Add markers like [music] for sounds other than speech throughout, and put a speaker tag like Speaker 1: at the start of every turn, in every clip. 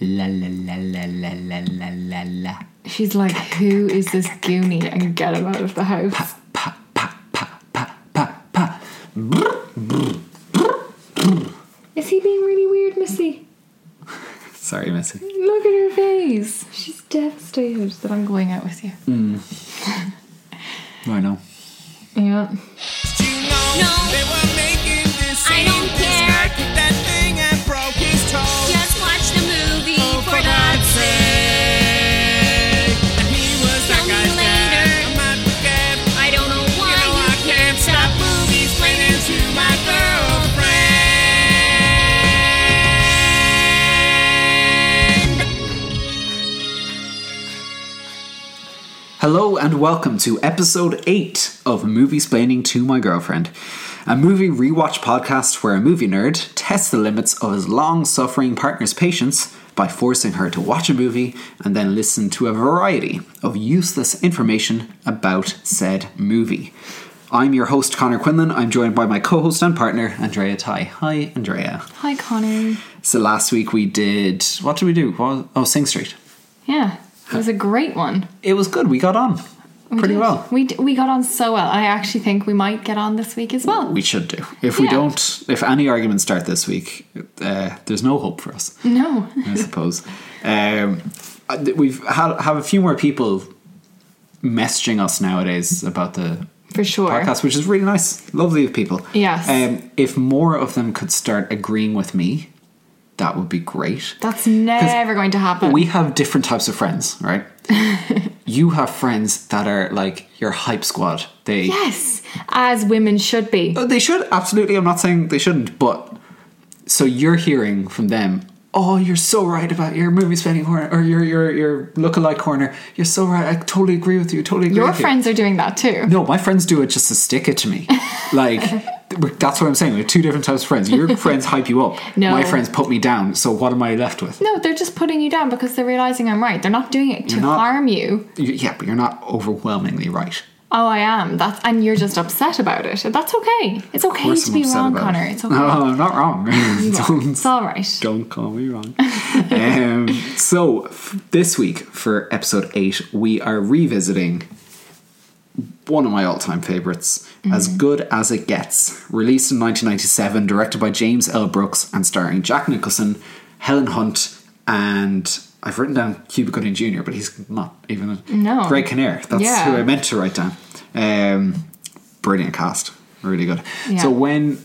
Speaker 1: La la la la la la la la la.
Speaker 2: She's like, who is this goonie? And get him out of the house.
Speaker 1: Pa pa pa pa pa pa.
Speaker 2: Is he being really weird, Missy?
Speaker 1: Sorry, Missy.
Speaker 2: Look at her face. She's devastated that I'm going out with you.
Speaker 1: I know.
Speaker 2: Yeah.
Speaker 3: You know
Speaker 4: No.
Speaker 3: they were making this
Speaker 4: I
Speaker 3: scene.
Speaker 4: don't
Speaker 3: This
Speaker 4: care.
Speaker 3: guy kicked that thing and broke his toe.
Speaker 4: Just watch the movie
Speaker 3: Oh,
Speaker 4: for God's sake.
Speaker 3: And he was that
Speaker 4: Tell me
Speaker 3: guy's dad.
Speaker 4: later.
Speaker 3: I'm not the dad.
Speaker 4: I don't know why
Speaker 3: You know
Speaker 4: you
Speaker 3: I
Speaker 4: can't stop movies
Speaker 3: Ran
Speaker 4: playing
Speaker 3: into my girlfriend.
Speaker 1: Hello and welcome to episode 8 of Movie Splaining to My Girlfriend, a movie rewatch podcast where a movie nerd tests the limits of his long suffering partner's patience by forcing her to watch a movie and then listen to a variety of useless information about said movie. I'm your host, Connor Quinlan. I'm joined by my co host and partner, Andrea Tai. Hi, Andrea.
Speaker 2: Hi, Connor.
Speaker 1: So last week we did. What did we do? What, oh, Sing Street.
Speaker 2: Yeah. It was a great one.
Speaker 1: It was good. We got on
Speaker 2: We
Speaker 1: pretty
Speaker 2: did-
Speaker 1: well.
Speaker 2: We, d- we got on so well. I actually think we might get on this week as well.
Speaker 1: we should do. If we
Speaker 2: Yeah.
Speaker 1: don't, if any arguments start this week, uh, there's no hope for us,
Speaker 2: no. [laughs]
Speaker 1: I suppose. um, uh, th- we've had have a few more people messaging us nowadays about the
Speaker 2: For sure.
Speaker 1: podcast, which is really nice. Lovely of people.
Speaker 2: Yes.
Speaker 1: Um, if more of them could start agreeing with me, that would be great.
Speaker 2: That's never going to happen.
Speaker 1: we have different types of friends,
Speaker 2: [laughs]
Speaker 1: right? you have friends that are like your hype squad. They
Speaker 2: yes. As women should be.
Speaker 1: But they should absolutely. I'm not saying they shouldn't, but so you're hearing from them. Oh, you're so right about your movie spending corner or your your your lookalike corner. You're so right. I totally agree with you. Totally agree.
Speaker 2: Your
Speaker 1: with you."
Speaker 2: friends are doing that too.
Speaker 1: No, my friends do it just to stick it to
Speaker 2: [laughs]
Speaker 1: me. Like th- that's what I'm saying. We have two different types of friends.
Speaker 2: [laughs]
Speaker 1: Your friends hype you up.
Speaker 2: No.
Speaker 1: My friends put me down. So what am I left with?
Speaker 2: No, they're just putting you down because they're realizing I'm right. They're not doing it to
Speaker 1: You're not-
Speaker 2: harm you.
Speaker 1: You- yeah, but you're not overwhelmingly right.
Speaker 2: Oh, I am. That's and you're just upset about it. That's okay. It's
Speaker 1: Of
Speaker 2: okay
Speaker 1: course
Speaker 2: to
Speaker 1: I'm
Speaker 2: be
Speaker 1: upset
Speaker 2: wrong,
Speaker 1: about
Speaker 2: Connor.
Speaker 1: it. [laughs]
Speaker 2: It's okay.
Speaker 1: No, I'm not
Speaker 2: [laughs]
Speaker 1: wrong. Don't
Speaker 2: It's all right.
Speaker 1: Don't call me wrong. um, so f- this week for episode eight, we are revisiting one of my all-time favorites, "As
Speaker 2: Mm-hmm.
Speaker 1: Good as It Gets," released in 1997, directed by James L. Brooks and starring Jack Nicholson, Helen Hunt, and I've written down Cuba Gooding Jr., but he's not even a
Speaker 2: No.
Speaker 1: Greg Kinnear. That's
Speaker 2: Yeah.
Speaker 1: who I meant to write down. Um, brilliant cast, really good.
Speaker 2: Yeah.
Speaker 1: So when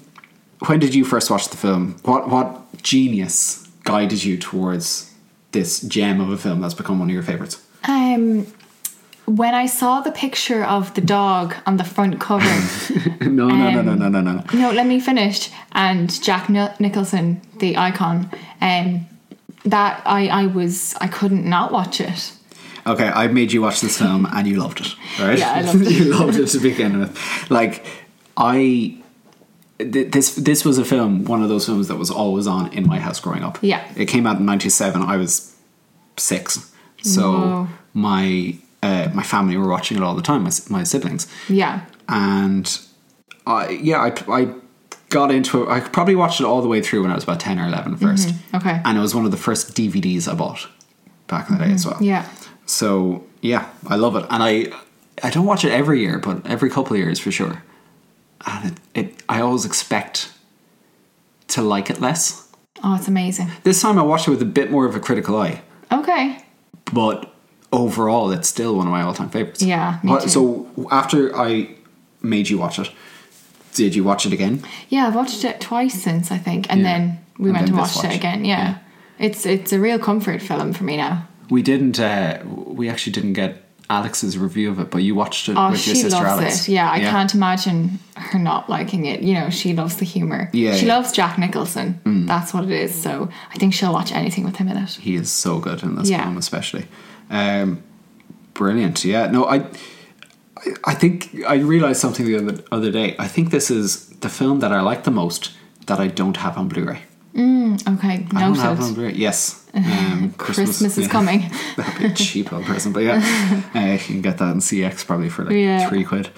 Speaker 1: when did you first watch the film? What what genius guided you towards this gem of a film that's become one of your favorites? [laughs]
Speaker 2: Um, when I saw the picture of the dog on the front cover,
Speaker 1: [laughs] no, no, no, no, no, no, no.
Speaker 2: no, let me finish. And Jack Ni- Nicholson, the icon, um, that I I was I couldn't not watch it.
Speaker 1: Okay, I made you watch this film and you loved it, right? [laughs]
Speaker 2: Yeah, I loved it.
Speaker 1: you loved it to begin with. Like, I. th- This this was a film, one of those films that was always on in my house growing up.
Speaker 2: Yeah.
Speaker 1: it came out in '97. I was six, so
Speaker 2: Whoa.
Speaker 1: my uh, my family were watching it all the time. My, s- my siblings,
Speaker 2: Yeah,
Speaker 1: and I yeah I, I got into it. I probably watched it all the way through when I was about ten or eleven first.
Speaker 2: Mm-hmm. okay.
Speaker 1: and it was one of the first DVDs I bought back in the day as well.
Speaker 2: Mm-hmm. yeah.
Speaker 1: So yeah, I love it, and I I don't watch it every year, but every couple of years for sure. And it, it I always expect to like it less.
Speaker 2: Oh, it's amazing.
Speaker 1: This time I watched it with a bit more of a critical eye,
Speaker 2: Okay.
Speaker 1: but overall, it's still one of my all-time favorites.
Speaker 2: Yeah, me
Speaker 1: What-
Speaker 2: too.
Speaker 1: So after I made you watch it, did you watch it again?
Speaker 2: Yeah, I've watched it twice since I think, and
Speaker 1: Yeah.
Speaker 2: then we
Speaker 1: And
Speaker 2: went
Speaker 1: then
Speaker 2: and
Speaker 1: this
Speaker 2: watched
Speaker 1: watch.
Speaker 2: it again. Yeah.
Speaker 1: Yeah.
Speaker 2: it's it's a real comfort film for me now.
Speaker 1: We didn't. Uh, we actually didn't get Alex's review of it, but you watched it
Speaker 2: Oh,
Speaker 1: with your
Speaker 2: she
Speaker 1: sister
Speaker 2: loves
Speaker 1: Alex.
Speaker 2: it. Yeah, I can't imagine her not liking it. You know, she loves the humor.
Speaker 1: Yeah,
Speaker 2: she
Speaker 1: yeah. Mm.
Speaker 2: loves Jack Nicholson. That's what it is. So I think she'll watch anything with him in it.
Speaker 1: he is so good in this
Speaker 2: Yeah.
Speaker 1: film especially um brilliant yeah no i I- i think i realized something the other, other day i think this is the film that i like the most that i don't have on blu-ray
Speaker 2: Okay,
Speaker 1: i don't have it on
Speaker 2: noted.
Speaker 1: blu-ray
Speaker 2: [laughs]
Speaker 1: yes um,
Speaker 2: Christmas, is
Speaker 1: yeah.
Speaker 2: coming.
Speaker 1: that'd be [laughs] a cheap old present but
Speaker 2: [laughs]
Speaker 1: yeah uh, you can get that in cx probably for like
Speaker 2: Yeah.
Speaker 1: three quid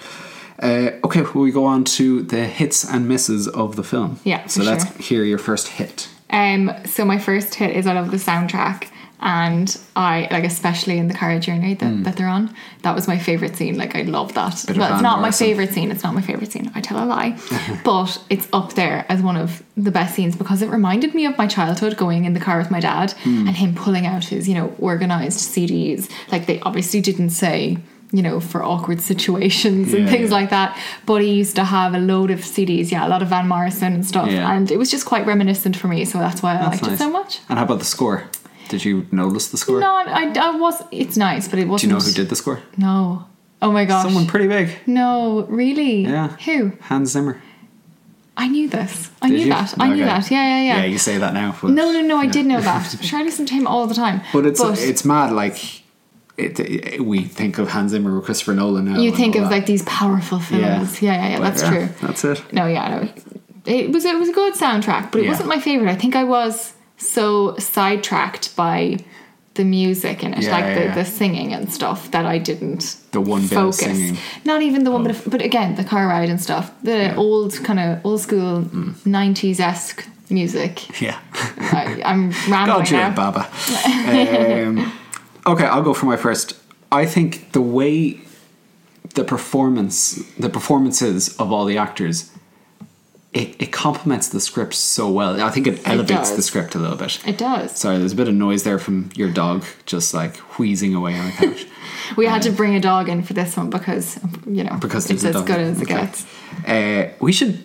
Speaker 1: uh, okay, well, we go on to the hits and misses of the film.
Speaker 2: Yeah,
Speaker 1: So
Speaker 2: for
Speaker 1: let's
Speaker 2: sure.
Speaker 1: hear your first hit.
Speaker 2: Um, so my first hit is I love the soundtrack, and I like especially in the car journey that, that they're on. That was my favorite scene. Like I love that.
Speaker 1: Hmm. Bit of
Speaker 2: well, it's
Speaker 1: Van
Speaker 2: not my
Speaker 1: Morrison.
Speaker 2: favorite scene. It's not my favorite scene. I tell
Speaker 1: [laughs]
Speaker 2: a lie, but it's up there as one of the best scenes because it reminded me of my childhood going in the car with my dad
Speaker 1: Hmm.
Speaker 2: and him pulling out his you know organized CDs. Like they obviously didn't say. You know, for awkward [laughs] situations and
Speaker 1: Yeah,
Speaker 2: things
Speaker 1: yeah.
Speaker 2: like that. But he used to have a load of CDs, yeah, a lot of Van Morrison and stuff.
Speaker 1: Yeah.
Speaker 2: And it was just quite reminiscent for me, so that's why I
Speaker 1: That's
Speaker 2: liked it
Speaker 1: nice.
Speaker 2: so much.
Speaker 1: And how about the score? Did you notice the score?
Speaker 2: No, I, I was. It's nice, but it
Speaker 1: Do
Speaker 2: wasn't.
Speaker 1: you know who did the score?
Speaker 2: No. Oh my gosh.
Speaker 1: Someone pretty big.
Speaker 2: no, really?
Speaker 1: Yeah.
Speaker 2: Who?
Speaker 1: Hans Zimmer.
Speaker 2: I knew this. I
Speaker 1: Did
Speaker 2: knew
Speaker 1: you?
Speaker 2: that. I knew
Speaker 1: Okay.
Speaker 2: that. Yeah, yeah, yeah.
Speaker 1: Yeah, you say that now. but-
Speaker 2: no, no, no. I did
Speaker 1: [laughs]
Speaker 2: know that. Sure, I listen to him all the time.
Speaker 1: But it's it's mad. Like it, it- we think of Hans Zimmer or Christopher Nolan now.
Speaker 2: you
Speaker 1: and
Speaker 2: think
Speaker 1: all
Speaker 2: of
Speaker 1: that.
Speaker 2: like these powerful films. Yeah, yeah, yeah.
Speaker 1: But
Speaker 2: that's true.
Speaker 1: That's it.
Speaker 2: No, yeah, no. It was it was a good soundtrack, but it
Speaker 1: Yeah.
Speaker 2: wasn't my favorite. I think I was so sidetracked by the music in it,
Speaker 1: Yeah,
Speaker 2: like the,
Speaker 1: yeah, yeah.
Speaker 2: the singing and stuff, that I didn't
Speaker 1: The one bit of
Speaker 2: focus.
Speaker 1: singing.
Speaker 2: Not even the one bit of, but again, the car ride and stuff. The old kind of old school
Speaker 1: Mm.
Speaker 2: nineties esque music.
Speaker 1: Yeah.
Speaker 2: oh I, I'm
Speaker 1: [laughs]
Speaker 2: rambling
Speaker 1: God, you
Speaker 2: now. [laughs]
Speaker 1: Baba. um, okay, I'll go for my first. I think the way the performance, the performances of all the actors, it, it complements the script so well. I think it elevates
Speaker 2: does.
Speaker 1: the script a little bit.
Speaker 2: It does.
Speaker 1: Sorry, there's a bit of noise there from your dog just like wheezing away on the
Speaker 2: [laughs]
Speaker 1: couch.
Speaker 2: we had to bring a dog in for this one because you know
Speaker 1: because
Speaker 2: it's
Speaker 1: there's a
Speaker 2: as
Speaker 1: dog.
Speaker 2: good as it
Speaker 1: Okay.
Speaker 2: gets.
Speaker 1: Uh, we should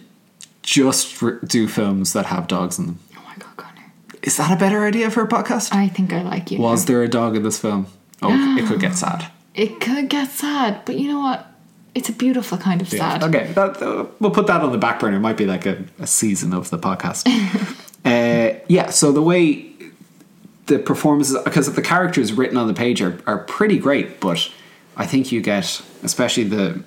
Speaker 1: just re- do films that have dogs in them.
Speaker 2: Oh my god, Connor!
Speaker 1: Is that a better idea for a podcast?
Speaker 2: I think I like you. now.
Speaker 1: Was there a dog in this film? Oh, it could get sad.
Speaker 2: It could get sad, but you know what? It's a beautiful kind of sad.
Speaker 1: Okay, that, uh, we'll put that on the back burner. It might be like a, a season of the podcast. uh, yeah, so the way the performances, because the characters written on the page are, are pretty great, but I think you get, especially the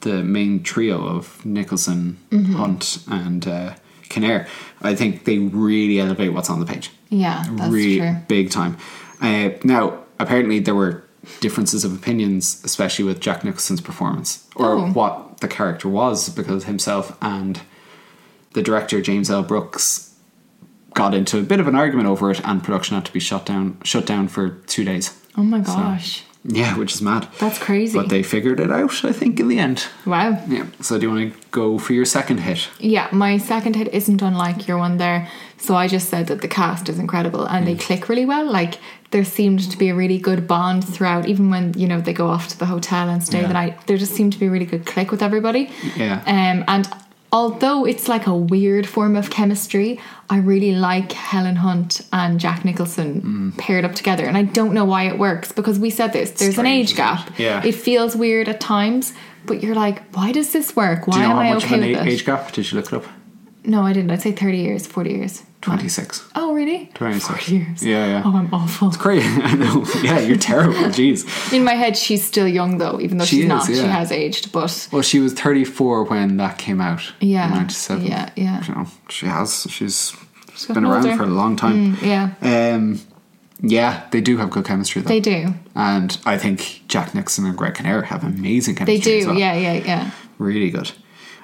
Speaker 1: the main trio of Nicholson, Hunt, and uh, Kinnair, I think they really elevate what's on the page
Speaker 2: Yeah, that's
Speaker 1: really
Speaker 2: true.
Speaker 1: big time. Uh, now, apparently, there were differences of opinions, especially with Jack Nicholson's performance or
Speaker 2: Oh.
Speaker 1: what the character was, because himself and the director James L. Brooks got into a bit of an argument over it, and production had to be shut down shut down for two days.
Speaker 2: Oh my gosh.
Speaker 1: Yeah, which is mad.
Speaker 2: That's crazy.
Speaker 1: But they figured it out, I think, in the end.
Speaker 2: Wow.
Speaker 1: Yeah. So, do you want to go for your second hit?
Speaker 2: Yeah, my second hit isn't unlike your one there. So I just said that the cast is incredible and
Speaker 1: Mm.
Speaker 2: they click really well. Like there seemed to be a really good bond throughout, even when you know they go off to the hotel and stay
Speaker 1: Yeah.
Speaker 2: the night. There just seemed to be a really good click with everybody.
Speaker 1: Yeah.
Speaker 2: Um, and although it's like a weird form of chemistry, I really like Helen Hunt and Jack Nicholson
Speaker 1: Mm.
Speaker 2: paired up together, and I don't know why it works because we said this. There's an
Speaker 1: Strange,
Speaker 2: age
Speaker 1: isn't
Speaker 2: gap.
Speaker 1: it? Yeah.
Speaker 2: It feels weird at times. But you're like, why does this work? Why
Speaker 1: Do you know
Speaker 2: am
Speaker 1: how
Speaker 2: I
Speaker 1: much
Speaker 2: okay
Speaker 1: of an
Speaker 2: with
Speaker 1: a-
Speaker 2: it?
Speaker 1: age gap? Did you look it up?
Speaker 2: No, I didn't. I'd say 30 years, 40 years.
Speaker 1: 26.
Speaker 2: Oh, really?
Speaker 1: 26.
Speaker 2: 40 years.
Speaker 1: Yeah, yeah.
Speaker 2: Oh, I'm awful.
Speaker 1: Great. [laughs] I know. Yeah, you're
Speaker 2: [laughs]
Speaker 1: terrible. Jeez.
Speaker 2: In my head, she's still young, though, even though
Speaker 1: She
Speaker 2: she's
Speaker 1: is,
Speaker 2: not. She
Speaker 1: yeah.
Speaker 2: has aged, but
Speaker 1: Well, she was 34 when that came out. in
Speaker 2: Yeah,
Speaker 1: 97.
Speaker 2: yeah, yeah.
Speaker 1: You know, she has. She's
Speaker 2: gotten
Speaker 1: been around
Speaker 2: older.
Speaker 1: for a long time.
Speaker 2: yeah,
Speaker 1: Um, yeah, they do have good chemistry, though.
Speaker 2: they do.
Speaker 1: And I think Jack Nixon and Greg Kinnear have amazing chemistry.
Speaker 2: They do.
Speaker 1: as well.
Speaker 2: Yeah, yeah, yeah.
Speaker 1: Really good.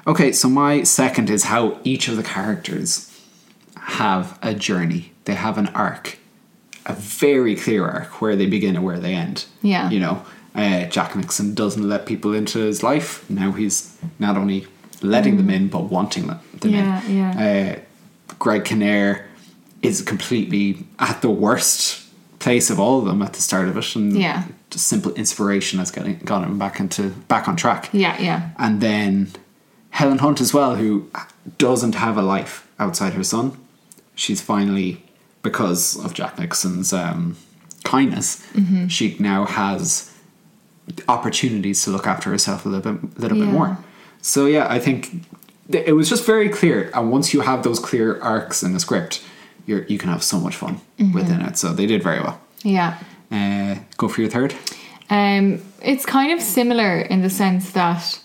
Speaker 1: Okay, so my second is how each of the characters have a journey. They have an arc, a very clear arc where they begin and where they end.
Speaker 2: Yeah.
Speaker 1: You know, uh, Jack Nixon doesn't let people into his life. Now he's not only letting them in, but wanting them, them
Speaker 2: Mm. Yeah,
Speaker 1: in.
Speaker 2: yeah.
Speaker 1: Uh, Greg Kinnear is completely at the worst place of all of them at the start of it. And
Speaker 2: Yeah.
Speaker 1: just simple inspiration has gotten, got him back into back on track
Speaker 2: Yeah, yeah.
Speaker 1: and then Helen Hunt as well, who doesn't have a life outside her son. She's finally, because of Jack Nixon's um, kindness, she now has opportunities to look after herself a little bit, little bit
Speaker 2: Yeah.
Speaker 1: more. So yeah, I think th- it was just very clear, and once you have those clear arcs in the script, you're, you can have so much fun within it. So they did very well.
Speaker 2: Yeah.
Speaker 1: Uh, go for your third.
Speaker 2: Um, it's kind of similar in the sense that,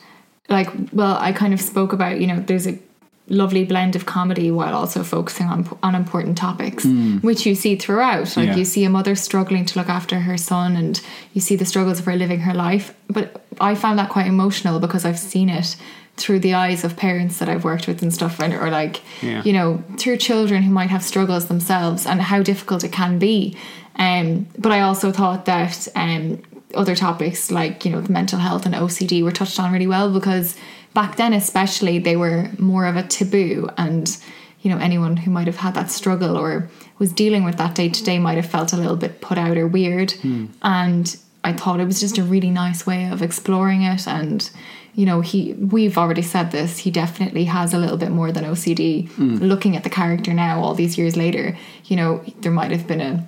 Speaker 2: like, well, I kind of spoke about, you know, there's a lovely blend of comedy while also focusing on on important topics, which you see throughout. Like,
Speaker 1: Hmm. Yeah.
Speaker 2: you see a mother struggling to look after her son, and you see the struggles of her living her life. But I found that quite emotional because I've seen it through the eyes of parents that I've worked with and stuff, and or like
Speaker 1: Yeah.
Speaker 2: you know through children who might have struggles themselves and how difficult it can be. Um, but I also thought that um, other topics like you know the mental health and OCD were touched on really well because back then especially they were more of a taboo and you know anyone who might have had that struggle or was dealing with that day to day might have felt a little bit put out or weird and i thought it was just a really nice way of exploring it and you know he we've already said this he definitely has a little bit more than ocd looking at the character now all these years later you know there might have been a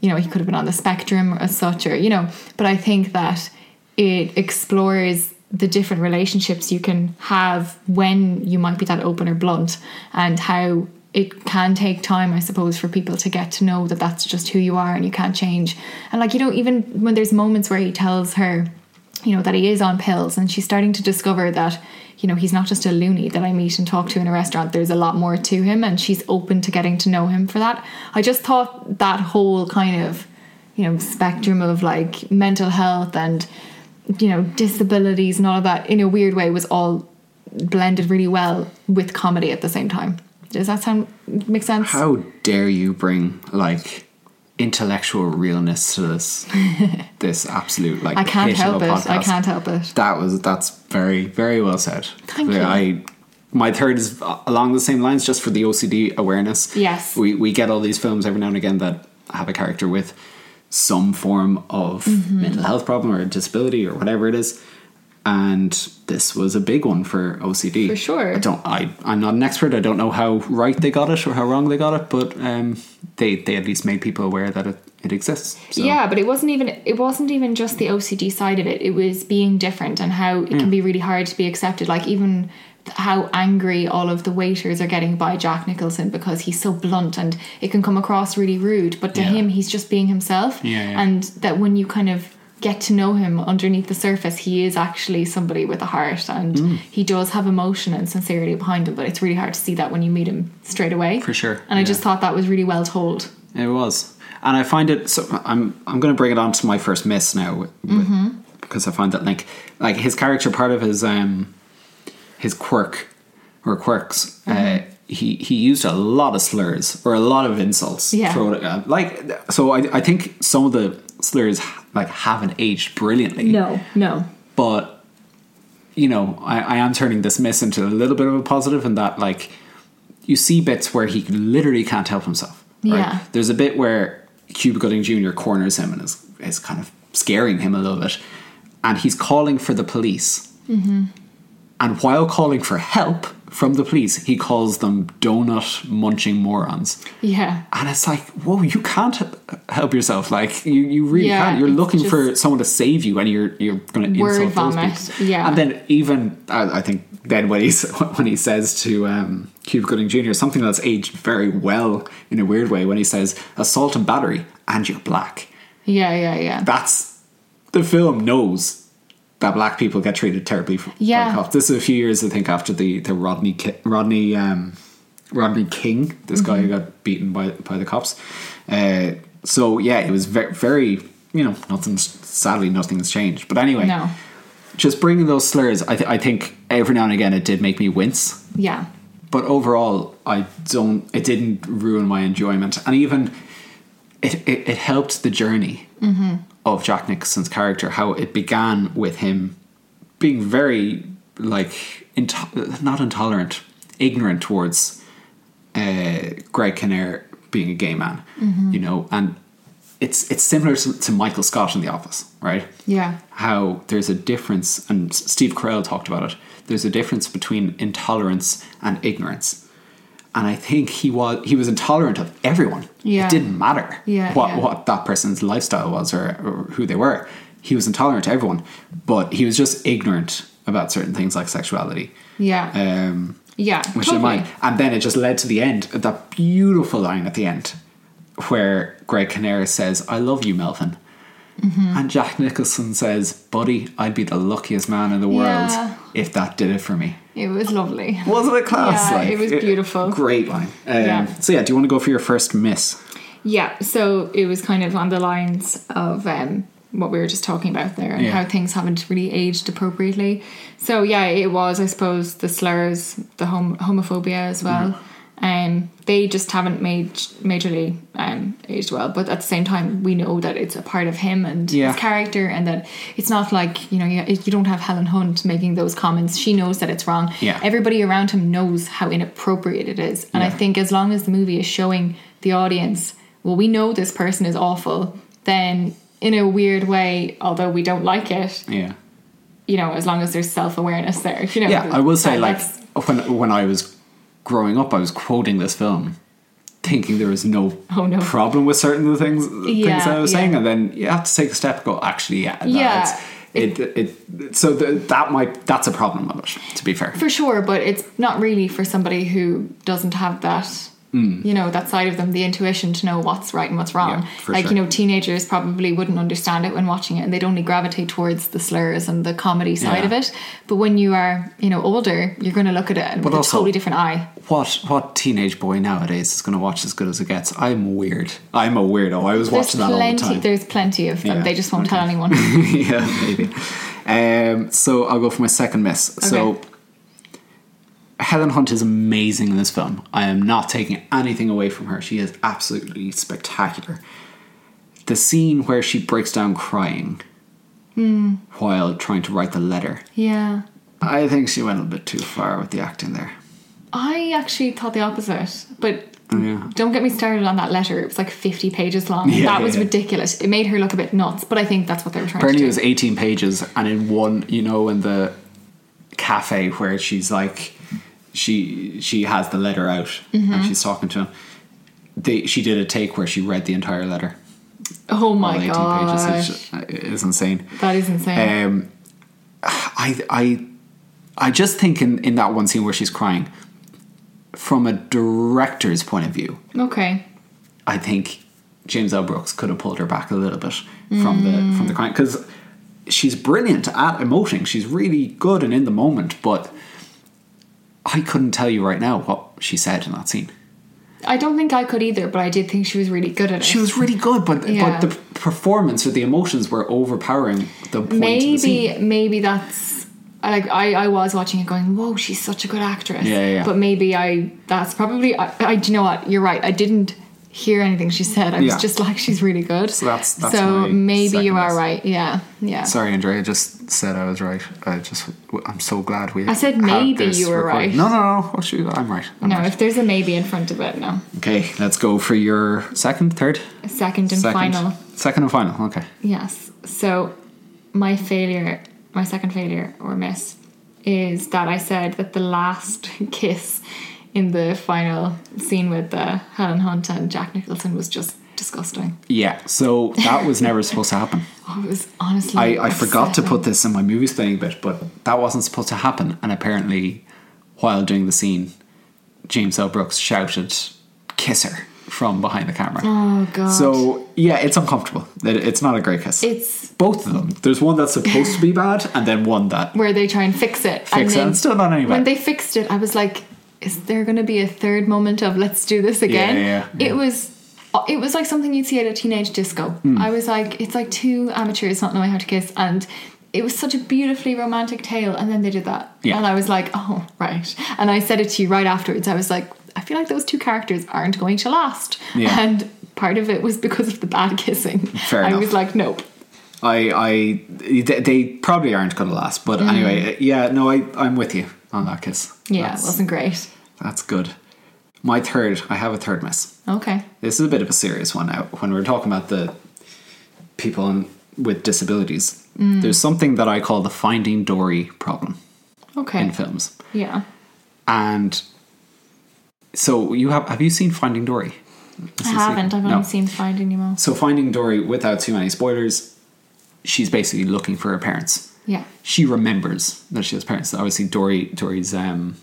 Speaker 2: you know he could have been on the spectrum as such or you know but i think that it explores the different relationships you can have when you might be that open or blunt and how it can take time i suppose for people to get to know that that's just who you are and you can't change and like you know even when there's moments where he tells her you know that he is on pills and she's starting to discover that you know he's not just a loony that i meet and talk to in a restaurant there's a lot more to him and she's open to getting to know him for that i just thought that whole kind of you know spectrum of like mental health and you know disabilities and all of that in a weird way was all blended really well with comedy at the same time does that sound make sense
Speaker 1: How dare you bring like intellectual realness to this
Speaker 2: [laughs]
Speaker 1: this absolute like
Speaker 2: i can't
Speaker 1: hit of
Speaker 2: help
Speaker 1: a
Speaker 2: it i
Speaker 1: podcast.
Speaker 2: can't help it
Speaker 1: That was that's very very well said.
Speaker 2: Thank
Speaker 1: Yeah,
Speaker 2: you.
Speaker 1: I my third is along the same lines, just for the OCD awareness.
Speaker 2: Yes.
Speaker 1: we we get all these films every now and again that have a character with some form of
Speaker 2: Mm-hmm.
Speaker 1: mental health problem or disability or whatever it is. And this was a big one for OCD.
Speaker 2: For sure.
Speaker 1: I don't. I. I'm not an expert. I don't know how right they got it or how wrong they got it, but um, they they at least made people aware that it, it exists. So.
Speaker 2: Yeah, but it wasn't even it wasn't even just the OCD side of it. It was being different and how it
Speaker 1: Mm.
Speaker 2: can be really hard to be accepted. Like even th- how angry all of the waiters are getting by Jack Nicholson because he's so blunt and it can come across really rude. But to
Speaker 1: Yeah.
Speaker 2: him, he's just being himself.
Speaker 1: Yeah, yeah.
Speaker 2: And that when you kind of get to know him underneath the surface, he is actually somebody with a heart and
Speaker 1: Mm.
Speaker 2: he does have emotion and sincerity behind him. But it's really hard to see that when you meet him straight away.
Speaker 1: For sure,
Speaker 2: And I
Speaker 1: yeah.
Speaker 2: just thought that was really well told.
Speaker 1: It was, and I find it. So I'm I'm going to bring it on to my first miss now, with,
Speaker 2: Mm-hmm.
Speaker 1: because I find that like like his character, part of his um his quirk or quirks, uh,
Speaker 2: Mm-hmm.
Speaker 1: he he used a lot of slurs or a lot of insults.
Speaker 2: Yeah.
Speaker 1: throughout it. Uh, like so, I I think some of the slurs like haven't aged brilliantly
Speaker 2: no.
Speaker 1: but you know I, I am turning this miss into a little bit of a positive in that like you see bits where he literally can't help himself right
Speaker 2: Yeah.
Speaker 1: there's a bit where cuba gooding jr corners him and is, is kind of scaring him a little bit and he's calling for the police and while calling for help from the police he calls them donut munching morons
Speaker 2: Yeah.
Speaker 1: and it's like whoa you can't h- help yourself like you, you really
Speaker 2: Yeah,
Speaker 1: can't you're
Speaker 2: it's
Speaker 1: looking for
Speaker 2: just-
Speaker 1: someone to save you and you're you're going to
Speaker 2: Word
Speaker 1: insult those
Speaker 2: vomit,
Speaker 1: people
Speaker 2: yeah.
Speaker 1: and then even I, I think then when he's [laughs] when he says to um Cube Gooding Jr. something that's aged very well in a weird way when he says assault and battery and you're black
Speaker 2: Yeah, yeah, yeah.
Speaker 1: that's the film knows that black people get treated terribly f-
Speaker 2: Yeah.
Speaker 1: by cops. This is a few years, I think, after the the Rodney Ki- Rodney um, Rodney King, this guy who
Speaker 2: Mm-hmm.
Speaker 1: got beaten by by the cops. Uh, so yeah, it was very, very you know nothing's sadly nothing's changed. But anyway,
Speaker 2: No.
Speaker 1: just bringing those slurs, I, th- I think every now and again it did make me wince
Speaker 2: Yeah.
Speaker 1: but overall i don't it didn't ruin my enjoyment and even it it, it helped the journey of jack nicholson's character how it began with him being very like into- not intolerant ignorant towards uh, greg kinnear being a gay man you know and it's it's similar to, to michael scott in the office right
Speaker 2: Yeah.
Speaker 1: how there's a difference, and S- Steve Carell talked about it. There's a difference between intolerance and ignorance, and I think he was he was intolerant of everyone.
Speaker 2: Yeah.
Speaker 1: It didn't matter
Speaker 2: Yeah,
Speaker 1: what
Speaker 2: yeah.
Speaker 1: what that person's lifestyle was or, or who they were. He was intolerant to everyone, but he was just ignorant about certain things like sexuality.
Speaker 2: Yeah.
Speaker 1: Um,
Speaker 2: yeah.
Speaker 1: which is mine. And then it just led to the end, that beautiful line at the end, where Greg Kinnear says, I love you, Melvin.
Speaker 2: Mm-hmm.
Speaker 1: And Jack Nicholson says, Buddy, I'd be the luckiest man in the world
Speaker 2: Yeah.
Speaker 1: if that did it for me.
Speaker 2: It was lovely.
Speaker 1: Wasn't it class?
Speaker 2: Yeah, it was beautiful.
Speaker 1: Great line. Um,
Speaker 2: Yeah.
Speaker 1: So, yeah, do you want to go for your first miss?
Speaker 2: Yeah. So it was kind of on the lines of um, what we were just talking about there and
Speaker 1: Yeah.
Speaker 2: how things haven't really aged appropriately. So yeah, it was I suppose the slurs, the hom- homophobia as
Speaker 1: Mm-hmm.
Speaker 2: well. Um, they just haven't made majorly um, aged well, but at the same time, we know that it's a part of him and
Speaker 1: Yeah.
Speaker 2: his character, and that it's not like you know you, you don't have Helen Hunt making those comments. She knows that it's wrong.
Speaker 1: Yeah.
Speaker 2: everybody around him knows how inappropriate it is, and I
Speaker 1: Yeah.
Speaker 2: think as long as the movie is showing the audience, well, we know this person is awful, then in a weird way, although we don't like it,
Speaker 1: Yeah.
Speaker 2: you know, as long as there's self awareness there, you know.
Speaker 1: Yeah, I will say,
Speaker 2: that-
Speaker 1: like,
Speaker 2: that's-
Speaker 1: when when I was growing up, I was quoting this film, thinking there was no,
Speaker 2: [laughs] Oh, no.
Speaker 1: problem with certain of the things things
Speaker 2: Yeah,
Speaker 1: that I was
Speaker 2: yeah.
Speaker 1: saying, and then you have to take a step and go, actually, yeah, no,
Speaker 2: Yeah,
Speaker 1: it's- It, it, so th- that might that's a problem of it. To be fair,
Speaker 2: for sure, but it's not really for somebody who doesn't have that. You know that side of them, the intuition to know what's right and what's wrong.
Speaker 1: Mm. Yeah, for
Speaker 2: like
Speaker 1: sure.
Speaker 2: you know, teenagers probably wouldn't understand it when watching it, and they'd only gravitate towards the slurs and the comedy side
Speaker 1: Yeah.
Speaker 2: of it. But when you are, you know, older, you're going to look at it with
Speaker 1: also-
Speaker 2: a totally different eye.
Speaker 1: what what teenage boy nowadays is going to watch as good as it gets? I'm weird. I'm a weirdo. I was watching that all the
Speaker 2: plenty.
Speaker 1: time.
Speaker 2: There's plenty of them.
Speaker 1: Yeah,
Speaker 2: They just won't tell
Speaker 1: okay. [laughs]
Speaker 2: anyone.
Speaker 1: yeah, maybe. Um, so I'll go for my second miss. So
Speaker 2: Okay.
Speaker 1: Helen Hunt is amazing in this film. I am not taking anything away from her. She is absolutely spectacular. The scene where she breaks down crying while trying to write the letter.
Speaker 2: yeah.
Speaker 1: I think she went a bit too far with the acting there.
Speaker 2: I actually thought the opposite, but
Speaker 1: Yeah.
Speaker 2: don't get me started on that letter. It was like 50 pages long.
Speaker 1: Yeah,
Speaker 2: that
Speaker 1: yeah,
Speaker 2: was
Speaker 1: yeah.
Speaker 2: ridiculous. It made her look a bit nuts, but I think that's what they were trying
Speaker 1: Apparently,
Speaker 2: to
Speaker 1: it
Speaker 2: do.
Speaker 1: was 18 pages, and in one, you know, in the cafe where she's like, she she has the letter out and
Speaker 2: Mm-hmm.
Speaker 1: she's talking to him. They, she did a take where she read the entire letter.
Speaker 2: oh my
Speaker 1: all
Speaker 2: god.
Speaker 1: pages is, is insane.
Speaker 2: That is insane.
Speaker 1: Um, I I I just think in, in that one scene where she's crying, from a director's point of view,
Speaker 2: okay.
Speaker 1: I think James L. Brooks could have pulled her back a little bit from
Speaker 2: Mm.
Speaker 1: the from the crime because she's brilliant at emoting. She's really good and in the moment, but I couldn't tell you right now what she said in that scene.
Speaker 2: I don't think I could either, but I did think she was really good at it.
Speaker 1: She was really good, but
Speaker 2: Yeah.
Speaker 1: but the performance or the emotions were overpowering the point of the scene.
Speaker 2: maybe maybe that's I, like I, I was watching it going whoa she's such a good actress
Speaker 1: Yeah, yeah, yeah.
Speaker 2: but maybe I that's probably I, I do you know what you're right I didn't hear anything she said I
Speaker 1: Yeah.
Speaker 2: was just like she's really good so
Speaker 1: that's- that's
Speaker 2: so
Speaker 1: my
Speaker 2: maybe you
Speaker 1: second
Speaker 2: are
Speaker 1: guess.
Speaker 2: right yeah yeah
Speaker 1: Sorry, Andrea. I just said I was right. I just, I'm so glad we.
Speaker 2: I said
Speaker 1: have
Speaker 2: maybe
Speaker 1: this
Speaker 2: you were
Speaker 1: recorded.
Speaker 2: right.
Speaker 1: No, no, no. Oh, shoot, I'm right. I'm
Speaker 2: no
Speaker 1: right.
Speaker 2: if there's a maybe in front of it no
Speaker 1: Okay, let's go for your second, third,
Speaker 2: second and
Speaker 1: second,
Speaker 2: final
Speaker 1: second and final. Okay.
Speaker 2: Yes. So my failure, my second failure or miss, is that I said that the last [laughs] kiss in the final scene with uh, Helen Hunt and Jack Nicholson was just disgusting.
Speaker 1: Yeah. So that was never supposed to happen.
Speaker 2: Oh, it was honestly.
Speaker 1: I, I forgot to
Speaker 2: upsetting.
Speaker 1: put this in my movie playing bit, but that wasn't supposed to happen. And apparently, while doing the scene, James L. Brooks shouted, "Kiss her" from behind the camera.
Speaker 2: Oh god.
Speaker 1: So yeah, it's uncomfortable. It, it's not a great kiss.
Speaker 2: It's-
Speaker 1: both of them. There's one that's supposed to be bad, and then one that
Speaker 2: where they try and fix it.
Speaker 1: fix it.
Speaker 2: then
Speaker 1: And still not any better.
Speaker 2: when they fixed it, I was like, "Is there going to be a third moment of let's do this again?"
Speaker 1: yeah, yeah.
Speaker 2: It was, it was like something you'd see at a teenage disco.
Speaker 1: Hmm.
Speaker 2: I was like, "It's like two amateurs not knowing how to kiss," and it was such a beautifully romantic tale. And then they did that,
Speaker 1: Yeah.
Speaker 2: and I was like, "Oh, right." And I said it to you right afterwards. I was like, "I feel like those two characters aren't going to last,"
Speaker 1: Yeah.
Speaker 2: and part of it was because of the bad kissing.
Speaker 1: Fair
Speaker 2: I
Speaker 1: enough.
Speaker 2: was like, "Nope."
Speaker 1: I, I, they, they probably aren't going to last. But anyway, yeah, no, I, I'm with you on that kiss.
Speaker 2: Mm. Yeah,
Speaker 1: that's,
Speaker 2: it wasn't great.
Speaker 1: that's good. My third, I have a third miss.
Speaker 2: Okay.
Speaker 1: this is a bit of a serious one now when we're talking about the people on, with disabilities
Speaker 2: Mm.
Speaker 1: there's something that i call the finding dory problem
Speaker 2: Okay.
Speaker 1: in films
Speaker 2: Yeah.
Speaker 1: and so you have have you seen finding dory
Speaker 2: I haven't. I've only
Speaker 1: No.
Speaker 2: seen Finding Nemo.
Speaker 1: so finding dory without too many spoilers she's basically looking for her parents
Speaker 2: Yeah.
Speaker 1: she remembers that she has parents. Obviously, Dory Dory's um,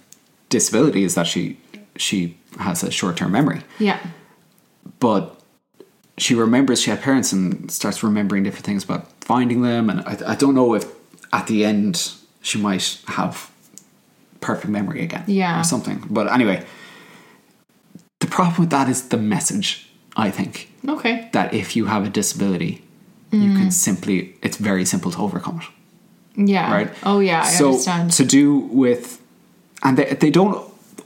Speaker 1: disability is that she she has a short term memory,
Speaker 2: Yeah.
Speaker 1: but she remembers she had parents and starts remembering different things about finding them. And I, I don't know if at the end she might have perfect memory again,
Speaker 2: Yeah.
Speaker 1: or something. But anyway, the problem with that is the message. I think
Speaker 2: Okay.
Speaker 1: that if you have a disability, you can simply, it's very simple to overcome it
Speaker 2: Yeah.
Speaker 1: right?
Speaker 2: Oh yeah, I
Speaker 1: so
Speaker 2: understand.
Speaker 1: to do with, and they they don't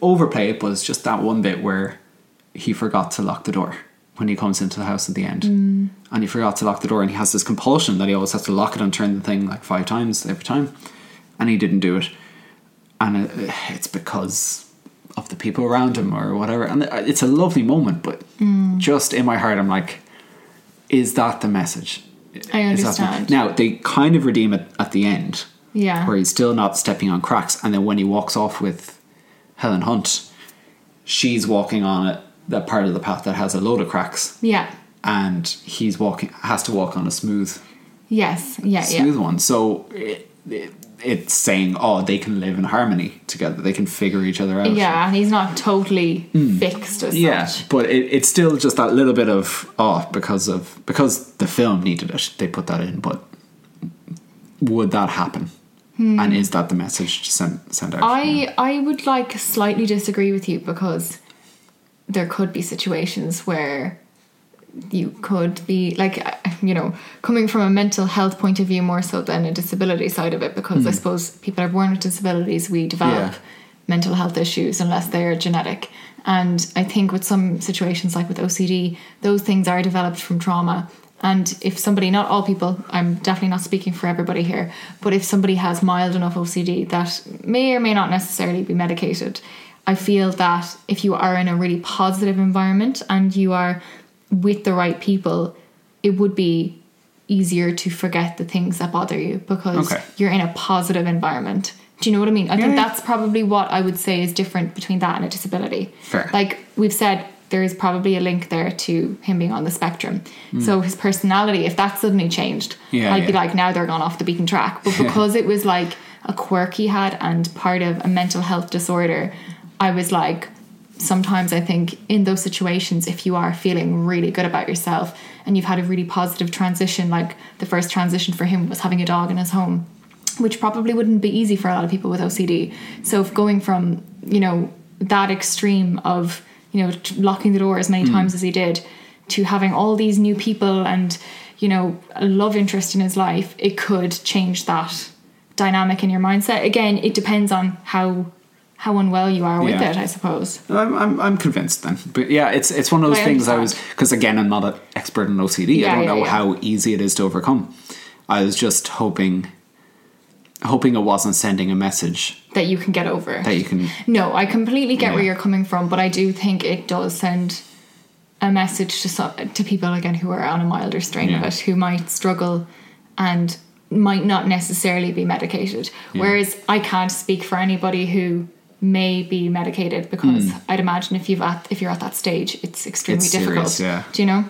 Speaker 1: overplay it, but it's just that one bit where he forgot to lock the door when he comes into the house at the end,
Speaker 2: Mm.
Speaker 1: and he forgot to lock the door, and he has this compulsion that he always has to lock it and turn the thing like five times every time, and he didn't do it, and it, [sighs] it's because of the people around him or whatever, and uh, it's a lovely moment, but
Speaker 2: Mm.
Speaker 1: just in my heart, I'm like, is that the message?
Speaker 2: I
Speaker 1: Is that the-
Speaker 2: understand.
Speaker 1: Now they kind of redeem it at the end,
Speaker 2: yeah.
Speaker 1: where he's still not stepping on cracks, and then when he walks off with Helen Hunt, she's walking on it that part of the path that has a load of cracks,
Speaker 2: yeah.
Speaker 1: and he's walking has to walk on a smooth,
Speaker 2: Yes. Yeah.
Speaker 1: smooth
Speaker 2: Yeah.
Speaker 1: one. So it, it, it's saying, oh, they can live in harmony together. They can figure each other out.
Speaker 2: Yeah, and he's not totally fixed as
Speaker 1: Hmm. Yeah,
Speaker 2: such.
Speaker 1: but it, it's still just that little bit of oh, because of because the film needed it, they put that in. But would that happen? And is that the message to send send out?
Speaker 2: Hmm. I I would like slightly disagree with you because there could be situations where you could be like [laughs] uh, you know coming from a mental health point of view more so than a disability side of it because I suppose people are born with disabilities we develop
Speaker 1: Hmm. Yeah.
Speaker 2: mental health issues unless they're genetic and I think with some situations like with OCD those things are developed from trauma and if somebody not all people I'm definitely not speaking for everybody here but if somebody has mild enough OCD that may or may not necessarily be medicated I feel that if you are in a really positive environment and you are with the right people, it would be easier to forget the things that bother you because
Speaker 1: Okay.
Speaker 2: you're in a positive environment. Do you know what I mean? I think
Speaker 1: yeah.
Speaker 2: that's probably what I would say is different between that and a disability.
Speaker 1: Fair.
Speaker 2: Like we've said, there is probably a link there to him being on the spectrum.
Speaker 1: Hmm.
Speaker 2: So his personality, if that suddenly changed,
Speaker 1: Yeah,
Speaker 2: I'd be
Speaker 1: yeah.
Speaker 2: like, now they're gone off the beaten track. But because it was like a quirk he had and part of a mental health disorder, I was like, sometimes I think in those situations, if you are feeling really good about yourself and you've had a really positive transition, like the first transition for him was having a dog in his home, which probably wouldn't be easy for a lot of people with OCD. So if going from, you know, that extreme of, you know, t- locking the door as
Speaker 1: Hmm.
Speaker 2: many times as he did to having all these new people and, you know, a love interest in his life, it could change that dynamic in your mindset. Again, it depends on how how unwell you are with
Speaker 1: Yeah.
Speaker 2: it, I suppose.
Speaker 1: I'm, I'm I'm convinced then, but yeah, it's it's one of those
Speaker 2: I
Speaker 1: things I was
Speaker 2: understand.
Speaker 1: because again I'm not an expert in OCD. I
Speaker 2: Yeah,
Speaker 1: don't
Speaker 2: yeah,
Speaker 1: know
Speaker 2: yeah.
Speaker 1: how easy it is to overcome. I was just hoping, hoping it wasn't sending a message
Speaker 2: That you can get over it.
Speaker 1: that you can.
Speaker 2: No, I completely get where
Speaker 1: Yeah.
Speaker 2: you're coming from, but I do think it does send a message to some, to people again who are on a milder strain of
Speaker 1: Yeah.
Speaker 2: it, who might struggle and might not necessarily be medicated. Whereas I can't speak for anybody who may be medicated because I'd imagine if you've at if you're at that stage, it's extremely
Speaker 1: Hmm. It's
Speaker 2: difficult.
Speaker 1: serious, yeah.
Speaker 2: Do you know?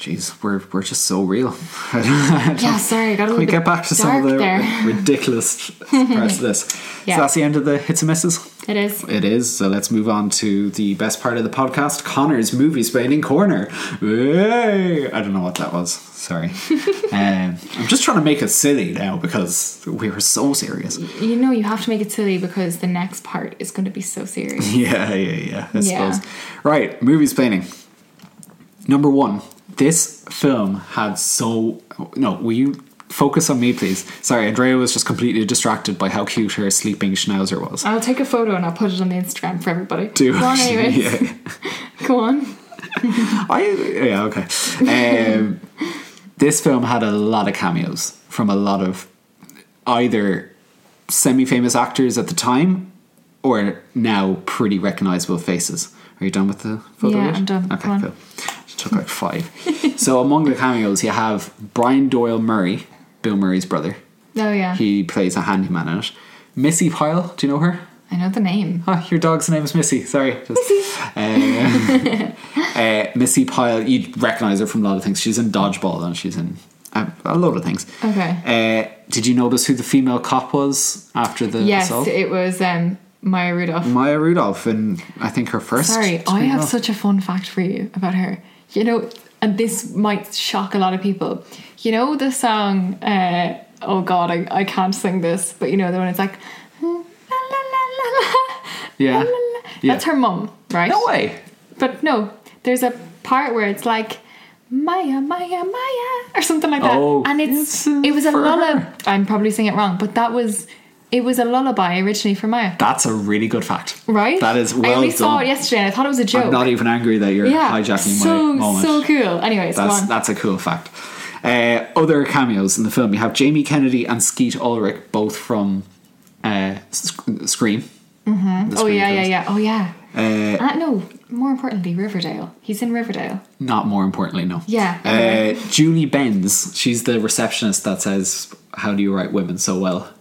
Speaker 1: Jeez, we're we're just so real. [laughs]
Speaker 2: Yeah, sorry, I got
Speaker 1: Can
Speaker 2: a little
Speaker 1: we
Speaker 2: bit
Speaker 1: get back to
Speaker 2: dark
Speaker 1: some of the [laughs]
Speaker 2: there.
Speaker 1: ridiculous parts of
Speaker 2: [laughs]
Speaker 1: this?
Speaker 2: Yeah.
Speaker 1: So that's the end of the hits and misses.
Speaker 2: It is.
Speaker 1: It is. So let's move on to the best part of the podcast, Connor's movie spaining corner. Yay! I don't know what that was.
Speaker 2: [laughs]
Speaker 1: Sorry. um, I'm just trying to make it silly now because we were so serious.
Speaker 2: You know, you have to make it silly because the next part is going to be so serious.
Speaker 1: [laughs] Yeah, yeah, yeah. I
Speaker 2: Yeah.
Speaker 1: suppose. Right, movies planning. Number one, this film had so. No, will you focus on me, please? Sorry, Andrea was just completely distracted by how cute her sleeping schnauzer was. [laughs]
Speaker 2: I'll take a photo and I'll put it on the Instagram for everybody.
Speaker 1: Do [laughs]
Speaker 2: Oh, Go on,
Speaker 1: actually,
Speaker 2: anyways.
Speaker 1: yeah.
Speaker 2: Go on.
Speaker 1: I yeah okay. Um, this film had a lot of cameos from a lot of either semi-famous actors at the time or now pretty recognizable faces. Are you done with the photo?
Speaker 2: Yeah,
Speaker 1: yet?
Speaker 2: I'm done.
Speaker 1: Okay,
Speaker 2: Go on.
Speaker 1: cool. Took like five. so among the cameos, you have Brian Doyle Murray, Bill Murray's brother.
Speaker 2: Oh yeah.
Speaker 1: He plays a handyman in it. Missy Pyle, do you know her?
Speaker 2: I know the name.
Speaker 1: Ah, your dog's name is Missy. Sorry. Missy. [laughs] Missy Pyle. You'd recognise her from a lot of things. She's in Dodgeball and she's in a, a load of things.
Speaker 2: Okay.
Speaker 1: Uh, did you notice who the female cop was after the
Speaker 2: Yes,
Speaker 1: assault?
Speaker 2: it was um Maya Rudolph.
Speaker 1: Maya Rudolph and I think her first.
Speaker 2: Sorry, I
Speaker 1: screen
Speaker 2: have
Speaker 1: role.
Speaker 2: such a fun fact for you about her. You know, and this might shock a lot of people. You know the song uh oh god, I, I can't sing this, but you know the one it's like [laughs] "Mm, la, la, la, la, la,
Speaker 1: Yeah.
Speaker 2: la, la."
Speaker 1: Yeah.
Speaker 2: That's her mum, right?
Speaker 1: No way.
Speaker 2: But no, there's a part where it's like Maya, Maya, Maya, or something like that.
Speaker 1: Oh,
Speaker 2: and it's
Speaker 1: it's in
Speaker 2: it was a
Speaker 1: for
Speaker 2: lullaby.
Speaker 1: her.
Speaker 2: I'm probably saying it wrong, but that was it was a lullaby originally for Maya,
Speaker 1: That's a really good fact.
Speaker 2: right?
Speaker 1: That is well
Speaker 2: I only
Speaker 1: done.
Speaker 2: saw it yesterday, and I thought it was a joke.
Speaker 1: I'm not even angry that you're
Speaker 2: yeah,
Speaker 1: hijacking
Speaker 2: so
Speaker 1: my moment.
Speaker 2: so cool. Anyways, go
Speaker 1: That's
Speaker 2: on.
Speaker 1: that's a cool fact. Uh, other cameos in the film, you have Jamie Kennedy and Skeet Ulrich, both from uh, Sc- Scream. Mm-hmm.
Speaker 2: oh yeah, yeah, yeah. Oh yeah.
Speaker 1: yeah. Uh,
Speaker 2: Uh, no, more importantly, Riverdale. He's in Riverdale.
Speaker 1: not more importantly, no.
Speaker 2: Yeah.
Speaker 1: Uh, Julie Benz, she's the receptionist that says, "How do you write women so well?"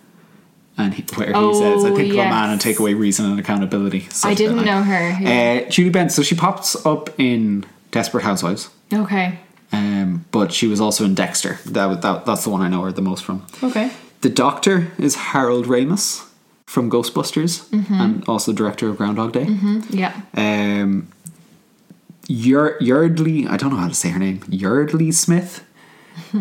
Speaker 1: And he, where he says, "I
Speaker 2: Oh,
Speaker 1: think I'm a man and
Speaker 2: yes.
Speaker 1: take away reason and accountability." So
Speaker 2: I didn't know her, yeah.
Speaker 1: Uh, Julie Benz. So she pops up in Desperate Housewives.
Speaker 2: Okay.
Speaker 1: Um, but she was also in Dexter. That, was- that that's the one I know her the most from.
Speaker 2: Okay.
Speaker 1: The Doctor is Harold Ramis from Ghostbusters
Speaker 2: Mm-hmm.
Speaker 1: and also director of Groundhog Day.
Speaker 2: Yeah.
Speaker 1: Um, Yer- Yardley, I don't know how to say her name. Yardley
Speaker 2: [laughs]
Speaker 1: Smith,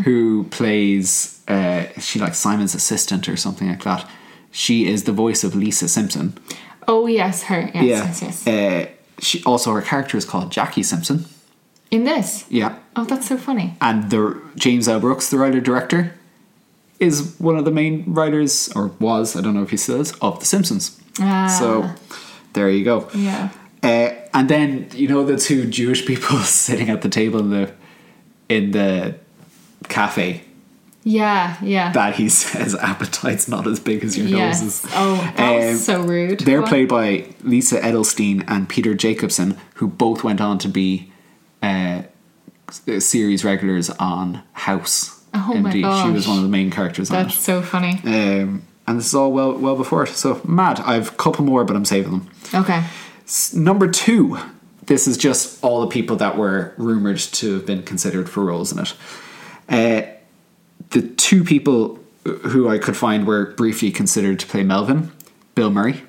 Speaker 1: who plays uh, she like Simon's assistant or something like that. She is the voice of Lisa Simpson.
Speaker 2: Oh yes, her. Yes, yes, yes.
Speaker 1: Uh, she also her character is called Jackie Simpson.
Speaker 2: in this.
Speaker 1: Yeah.
Speaker 2: Oh, that's so funny.
Speaker 1: and the James L. Brooks, the writer director, is one of the main writers, or was, I don't know if he still is, of The Simpsons.
Speaker 2: Ah.
Speaker 1: So there you go.
Speaker 2: Yeah.
Speaker 1: Uh, and then you know the two Jewish [laughs] people sitting at the table in the in the cafe
Speaker 2: Yeah, yeah.
Speaker 1: that he [laughs] says appetite's not as big as your
Speaker 2: yes.
Speaker 1: noses.
Speaker 2: Oh, that's
Speaker 1: Um,
Speaker 2: so rude.
Speaker 1: They're
Speaker 2: What?
Speaker 1: played by Lisa Edelstein and Peter Jacobson, who both went on to be uh, s- series regulars on House.
Speaker 2: Oh my
Speaker 1: She was
Speaker 2: gosh.
Speaker 1: one of the main characters on
Speaker 2: That's so funny.
Speaker 1: it. Um, and this is all well well before it. So mad. I've a couple more, but I'm saving them.
Speaker 2: Okay.
Speaker 1: S- Number two. This is just all the people that were rumored to have been considered for roles in it. Uh, the two people who I could find were briefly considered to play Melvin, Bill Murray,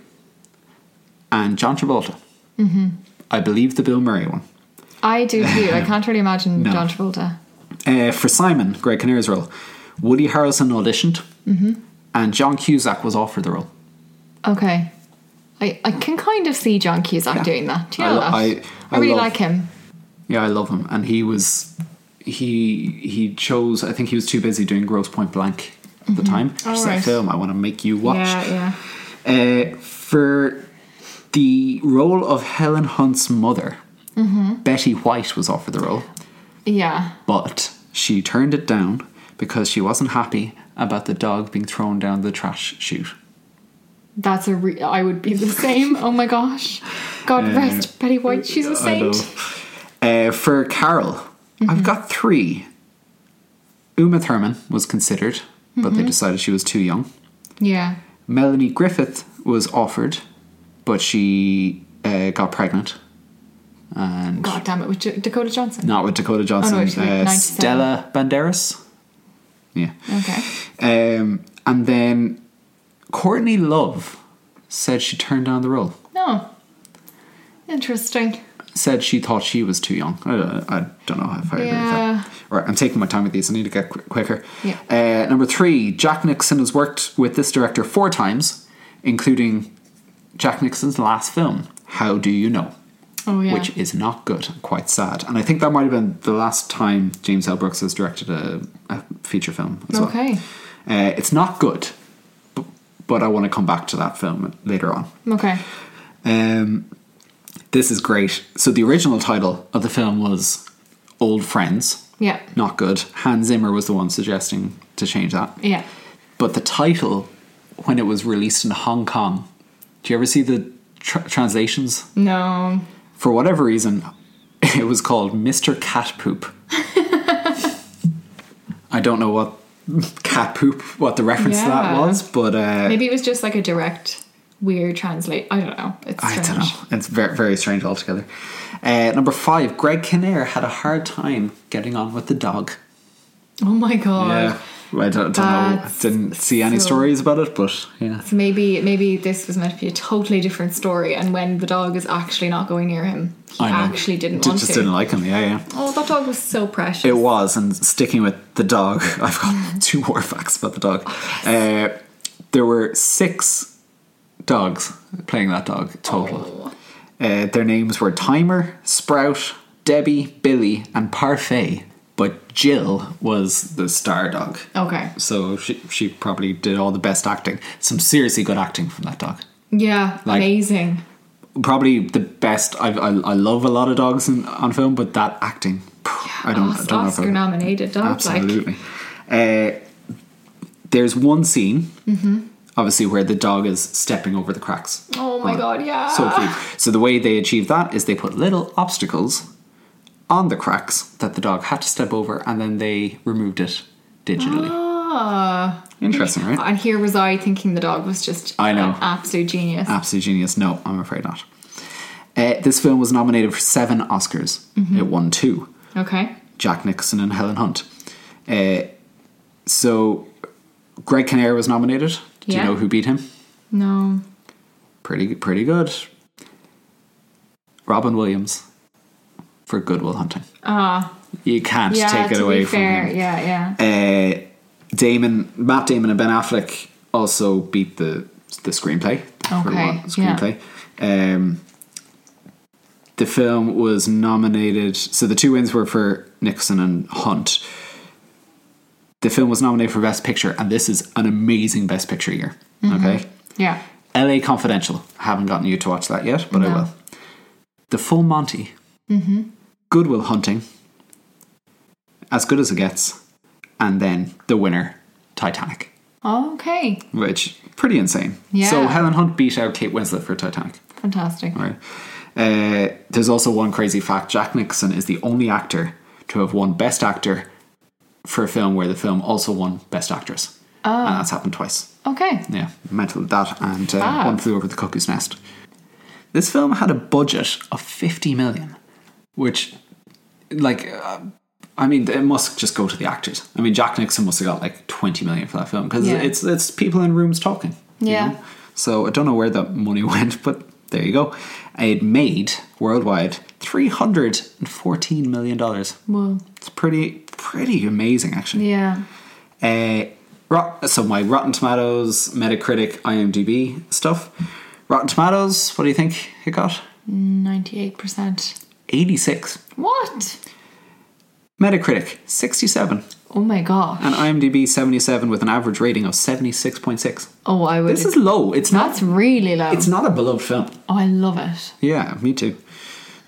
Speaker 1: and John Travolta. Mm-hmm. I believe the Bill Murray one.
Speaker 2: I do too. I can't really imagine
Speaker 1: No.
Speaker 2: John Travolta.
Speaker 1: Uh, for Simon, Greg Kinnear's role, Woody Harrelson auditioned, and John Cusack was offered the role.
Speaker 2: Okay. I, I can kind of see John Cusack doing that. Do you
Speaker 1: I
Speaker 2: know
Speaker 1: lo-
Speaker 2: that?
Speaker 1: I- I
Speaker 2: really
Speaker 1: love-
Speaker 2: like him.
Speaker 1: Yeah, I love him, and he was he he chose. I think he was too busy doing Gross Point Blank at the time. Which is a
Speaker 2: Mm-hmm. right.
Speaker 1: film I want to make you watch.
Speaker 2: Yeah, yeah.
Speaker 1: Uh, for the role of Helen Hunt's mother,
Speaker 2: Mm-hmm.
Speaker 1: Betty White was offered the role,
Speaker 2: Yeah.
Speaker 1: but she turned it down because she wasn't happy about the dog being thrown down the trash chute.
Speaker 2: That's a re- I would be the same. Oh my gosh. God rest Betty White. She's a
Speaker 1: I know.
Speaker 2: saint. Mm-hmm.
Speaker 1: Uh, for Carol, I've got three. Uma Thurman was considered, but
Speaker 2: Mm-hmm.
Speaker 1: they decided she was too young.
Speaker 2: Yeah.
Speaker 1: Melanie Griffith was offered, but she uh, got pregnant. And
Speaker 2: God damn it. With J- Dakota Johnson.
Speaker 1: not with
Speaker 2: Oh,
Speaker 1: Dakota Johnson,
Speaker 2: it's like
Speaker 1: uh,
Speaker 2: 97.
Speaker 1: Stella Banderas. Yeah.
Speaker 2: Okay.
Speaker 1: Um, and then Courtney Love said she turned down the role.
Speaker 2: No. Interesting.
Speaker 1: said she thought she was too young. I don't, I don't know if I agree
Speaker 2: Yeah.
Speaker 1: with that. Right, I'm taking my time with these. I need to get qu- quicker.
Speaker 2: Yeah.
Speaker 1: Uh, number three, Jack Nixon has worked with this director four times, including Jack Nixon's last film, How Do You Know,
Speaker 2: Oh yeah.
Speaker 1: which is not good, quite sad. And I think that might have been the last time James L. Brooks has directed a, a feature film as
Speaker 2: Okay.
Speaker 1: well. Uh, it's not good, but, but I want to come back to that film later on.
Speaker 2: Okay.
Speaker 1: Um, this is great. So the original title of the film was Old Friends.
Speaker 2: Yeah.
Speaker 1: Not good. Hans Zimmer was the one suggesting to change that.
Speaker 2: Yeah.
Speaker 1: But the title, when it was released in Hong Kong, do you ever see the tr- translations?
Speaker 2: No.
Speaker 1: For whatever reason, [laughs] it was called Mr. Cat
Speaker 2: [laughs]
Speaker 1: Poop. I don't know what [laughs] cat poop, what the reference to that
Speaker 2: Yeah.
Speaker 1: was, but uh,
Speaker 2: Maybe it was just like a direct weird translate. I don't know. It's
Speaker 1: I
Speaker 2: strange.
Speaker 1: don't know. It's very, very strange altogether. Uh, number five, Greg Kinnear had a hard time getting on with the dog.
Speaker 2: Oh my god.
Speaker 1: I don't, don't know.
Speaker 2: That's
Speaker 1: Didn't see any
Speaker 2: so-
Speaker 1: stories about it, but yeah.
Speaker 2: So maybe maybe this was meant to be a totally different story and when the dog is actually not going near him, he
Speaker 1: I know.
Speaker 2: actually didn't
Speaker 1: Just-
Speaker 2: want
Speaker 1: Just
Speaker 2: to.
Speaker 1: didn't like him, yeah, yeah.
Speaker 2: oh, that dog was so precious.
Speaker 1: It was, and sticking with the dog, [laughs] I've got two more facts about the dog. Uh, there were six dogs playing that dog total. Uh, their names were Timer, Sprout, Debbie, Billy, and Parfait. but Jill was the star dog.
Speaker 2: Okay.
Speaker 1: So she, she probably did all the best acting. Some seriously good acting from that dog.
Speaker 2: Yeah.
Speaker 1: Like-
Speaker 2: amazing.
Speaker 1: Probably the best. I've, I I love a lot of dogs in, on film, but that acting, phew, I don't, I
Speaker 2: Os-
Speaker 1: don't know. if I-
Speaker 2: Oscar nominated dog. Like
Speaker 1: Absolutely. Uh, there's one scene,
Speaker 2: Mm-hmm.
Speaker 1: obviously, where the dog is stepping over the cracks.
Speaker 2: Oh my God, yeah.
Speaker 1: So cute. So the way they achieve that is they put little obstacles on the cracks that the dog had to step over, and then they removed it digitally.
Speaker 2: Ah.
Speaker 1: Interesting, right?
Speaker 2: And here was I thinking the dog was just
Speaker 1: I know. Ah.
Speaker 2: an absolute genius.
Speaker 1: Absolute genius. No, I'm afraid not. Uh, this film was nominated for seven Oscars.
Speaker 2: Mm-hmm.
Speaker 1: It won two.
Speaker 2: Okay.
Speaker 1: Jack Nicholson and Helen Hunt. Uh, so Greg Kinnear was nominated. Do
Speaker 2: Yeah.
Speaker 1: you know who beat him?
Speaker 2: No.
Speaker 1: Pretty pretty good. Robin Williams for Goodwill Hunting. Ah. you can't
Speaker 2: Yeah,
Speaker 1: take it
Speaker 2: to
Speaker 1: away
Speaker 2: be
Speaker 1: from
Speaker 2: fair.
Speaker 1: him.
Speaker 2: Yeah, yeah.
Speaker 1: Uh, Damon, Matt Damon, and Ben Affleck also beat the the screenplay. for
Speaker 2: Okay,
Speaker 1: one screenplay. Um, the film was nominated. So the two wins were for Nixon and Hunt. The film was nominated for Best Picture, and this is an amazing Best Picture year.
Speaker 2: Mm-hmm.
Speaker 1: Okay,
Speaker 2: yeah.
Speaker 1: L.A. Confidential. Haven't gotten you to watch that yet, but
Speaker 2: No.
Speaker 1: I will. The Full Monty. Mm-hmm. Goodwill Hunting. As good as it gets, and then the winner, Titanic,
Speaker 2: Okay.
Speaker 1: which pretty insane. So
Speaker 2: Yeah.
Speaker 1: Helen Hunt beat out Kate Winslet for Titanic.
Speaker 2: Fantastic.
Speaker 1: Right. Uh, there's also one crazy fact: Jack Nicholson is the only actor to have won Best Actor for a film where the film also won Best Actress,
Speaker 2: Oh.
Speaker 1: and that's happened twice.
Speaker 2: Okay.
Speaker 1: Yeah, mental that and uh,
Speaker 2: Fab.
Speaker 1: one flew over the cuckoo's nest. This film had a budget of fifty million, which, like, uh, I mean, it must just go to the actors. I mean, Jack Nixon must have got like twenty million for that film because
Speaker 2: Yeah.
Speaker 1: it's it's people in rooms talking. you
Speaker 2: Yeah.
Speaker 1: know? So I don't know where that money [laughs] went, but there you go. It made worldwide three hundred and fourteen million dollars.
Speaker 2: Well.
Speaker 1: It's pretty pretty amazing, actually.
Speaker 2: Yeah.
Speaker 1: Uh, rot- so my Rotten Tomatoes, Metacritic, IMDb stuff. Rotten Tomatoes, what do you think it got?
Speaker 2: Ninety-eight percent.
Speaker 1: 86.
Speaker 2: What?
Speaker 1: Metacritic, 67.
Speaker 2: Oh my gosh.
Speaker 1: And IMDb, 77 with an average rating of 76.6.
Speaker 2: oh, I would.
Speaker 1: This is low. It's not,
Speaker 2: that's really low.
Speaker 1: it's not a beloved film.
Speaker 2: oh, I love it.
Speaker 1: Yeah, me too.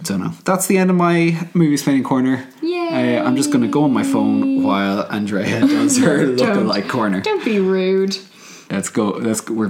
Speaker 1: Don't know. That's the end of my movie spinning corner.
Speaker 2: Yay.
Speaker 1: Uh, I'm just going to go on my phone while Andrea does [laughs] her
Speaker 2: Don't.
Speaker 1: look-alike corner.
Speaker 2: Don't be rude.
Speaker 1: Let's go. Let's. We're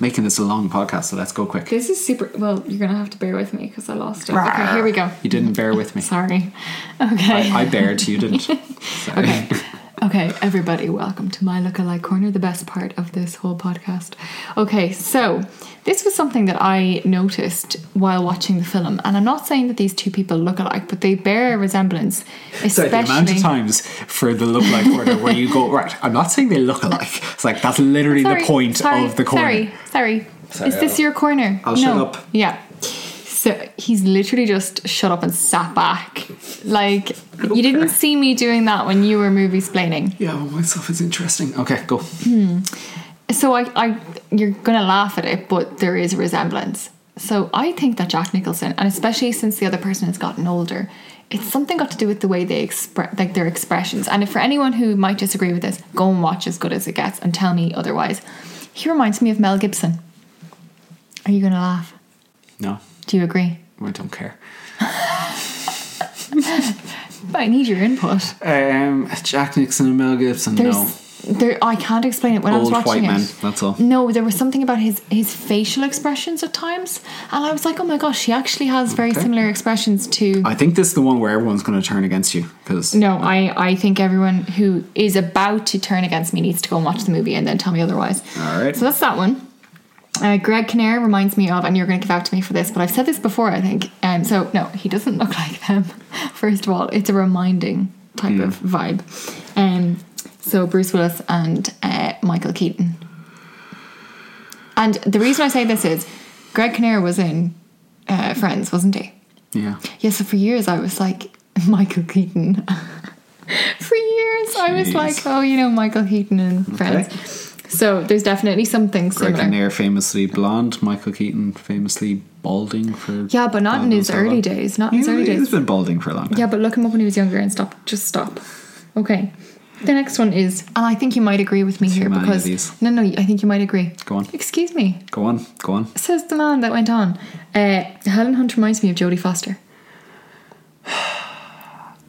Speaker 1: making this a long podcast, so let's go quick.
Speaker 2: This is super. Well, you're gonna have to bear with me because I lost it. Okay, here we go.
Speaker 1: You didn't bear with me.
Speaker 2: Sorry. Okay.
Speaker 1: I bared, you
Speaker 2: [laughs]
Speaker 1: didn't. Sorry. [laughs]
Speaker 2: Okay. Okay, everybody, welcome to my lookalike corner, the best part of this whole podcast. Okay, so this was something that I noticed while watching the film, and I'm not saying that these two people look alike, but they bear a resemblance,
Speaker 1: So
Speaker 2: especially
Speaker 1: the amount of times for the look like corner where you go, right, I'm not saying they look alike. It's like that's literally
Speaker 2: Sorry,
Speaker 1: the point
Speaker 2: sorry,
Speaker 1: of the corner.
Speaker 2: Sorry, sorry.
Speaker 1: Sorry,
Speaker 2: Is this
Speaker 1: I'll-
Speaker 2: your corner?
Speaker 1: I'll shut up.
Speaker 2: Yeah. So he's literally just shut up and sat back. Like you didn't see me doing that when you were movie splaining.
Speaker 1: Yeah, well, myself is interesting. Okay, go.
Speaker 2: So I, I, you're gonna laugh at it, but there is a resemblance. So I think that Jack Nicholson, and especially since the other person has gotten older, it's something got to do with the way they express, like their expressions. And if for anyone who might disagree with this, go and watch As Good as It Gets and tell me otherwise. He reminds me of Mel Gibson. Are you gonna laugh?
Speaker 1: No,
Speaker 2: Do you agree?
Speaker 1: I don't care.
Speaker 2: But I need your input.
Speaker 1: Um, Jack Nixon and Mel Gibson.
Speaker 2: There's,
Speaker 1: no,
Speaker 2: there, I can't explain it. When I
Speaker 1: old
Speaker 2: was
Speaker 1: white
Speaker 2: watching
Speaker 1: men.
Speaker 2: it,
Speaker 1: That's all.
Speaker 2: No, there was something about his his facial expressions at times, and I was like, oh my gosh, he actually has very
Speaker 1: Okay.
Speaker 2: similar expressions to.
Speaker 1: I think this is the one where everyone's going to turn against you because
Speaker 2: no, I, I think everyone who is about to turn against me needs to go and watch the movie and then tell me otherwise.
Speaker 1: All right.
Speaker 2: So that's that one. Uh, Greg Kinnear reminds me of, and you're going to give out to me for this, but I've said this before, I think. Um, so, no, he doesn't look like them. [laughs] First of all, it's a reminding type of vibe. Um, so, Bruce Willis and uh, Michael Keaton. And the reason I say this is Greg Kinnear was in uh, Friends, wasn't he?
Speaker 1: yeah,
Speaker 2: Yeah, so for years I was like, [laughs] Michael Keaton. [laughs] for years I was
Speaker 1: Jeez.
Speaker 2: like, oh, you know, Michael Keaton and friends. So there's definitely something
Speaker 1: Greg
Speaker 2: similar.
Speaker 1: Kinnear famously blonde, Michael Keaton famously balding for
Speaker 2: Yeah, but not
Speaker 1: God
Speaker 2: in his
Speaker 1: knows how
Speaker 2: early
Speaker 1: long.
Speaker 2: days, not in
Speaker 1: He-
Speaker 2: his early
Speaker 1: He's
Speaker 2: days.
Speaker 1: been balding for a long time.
Speaker 2: Yeah, but look him up when he was younger and stop. Just stop. Okay. The next one is, and I think you might agree with me here
Speaker 1: many of
Speaker 2: because
Speaker 1: these.
Speaker 2: no, no, I think you might agree.
Speaker 1: Go on.
Speaker 2: Excuse me,
Speaker 1: Go on, go on.
Speaker 2: says the man that went on. Uh, Helen Hunt reminds me of Jodie Foster.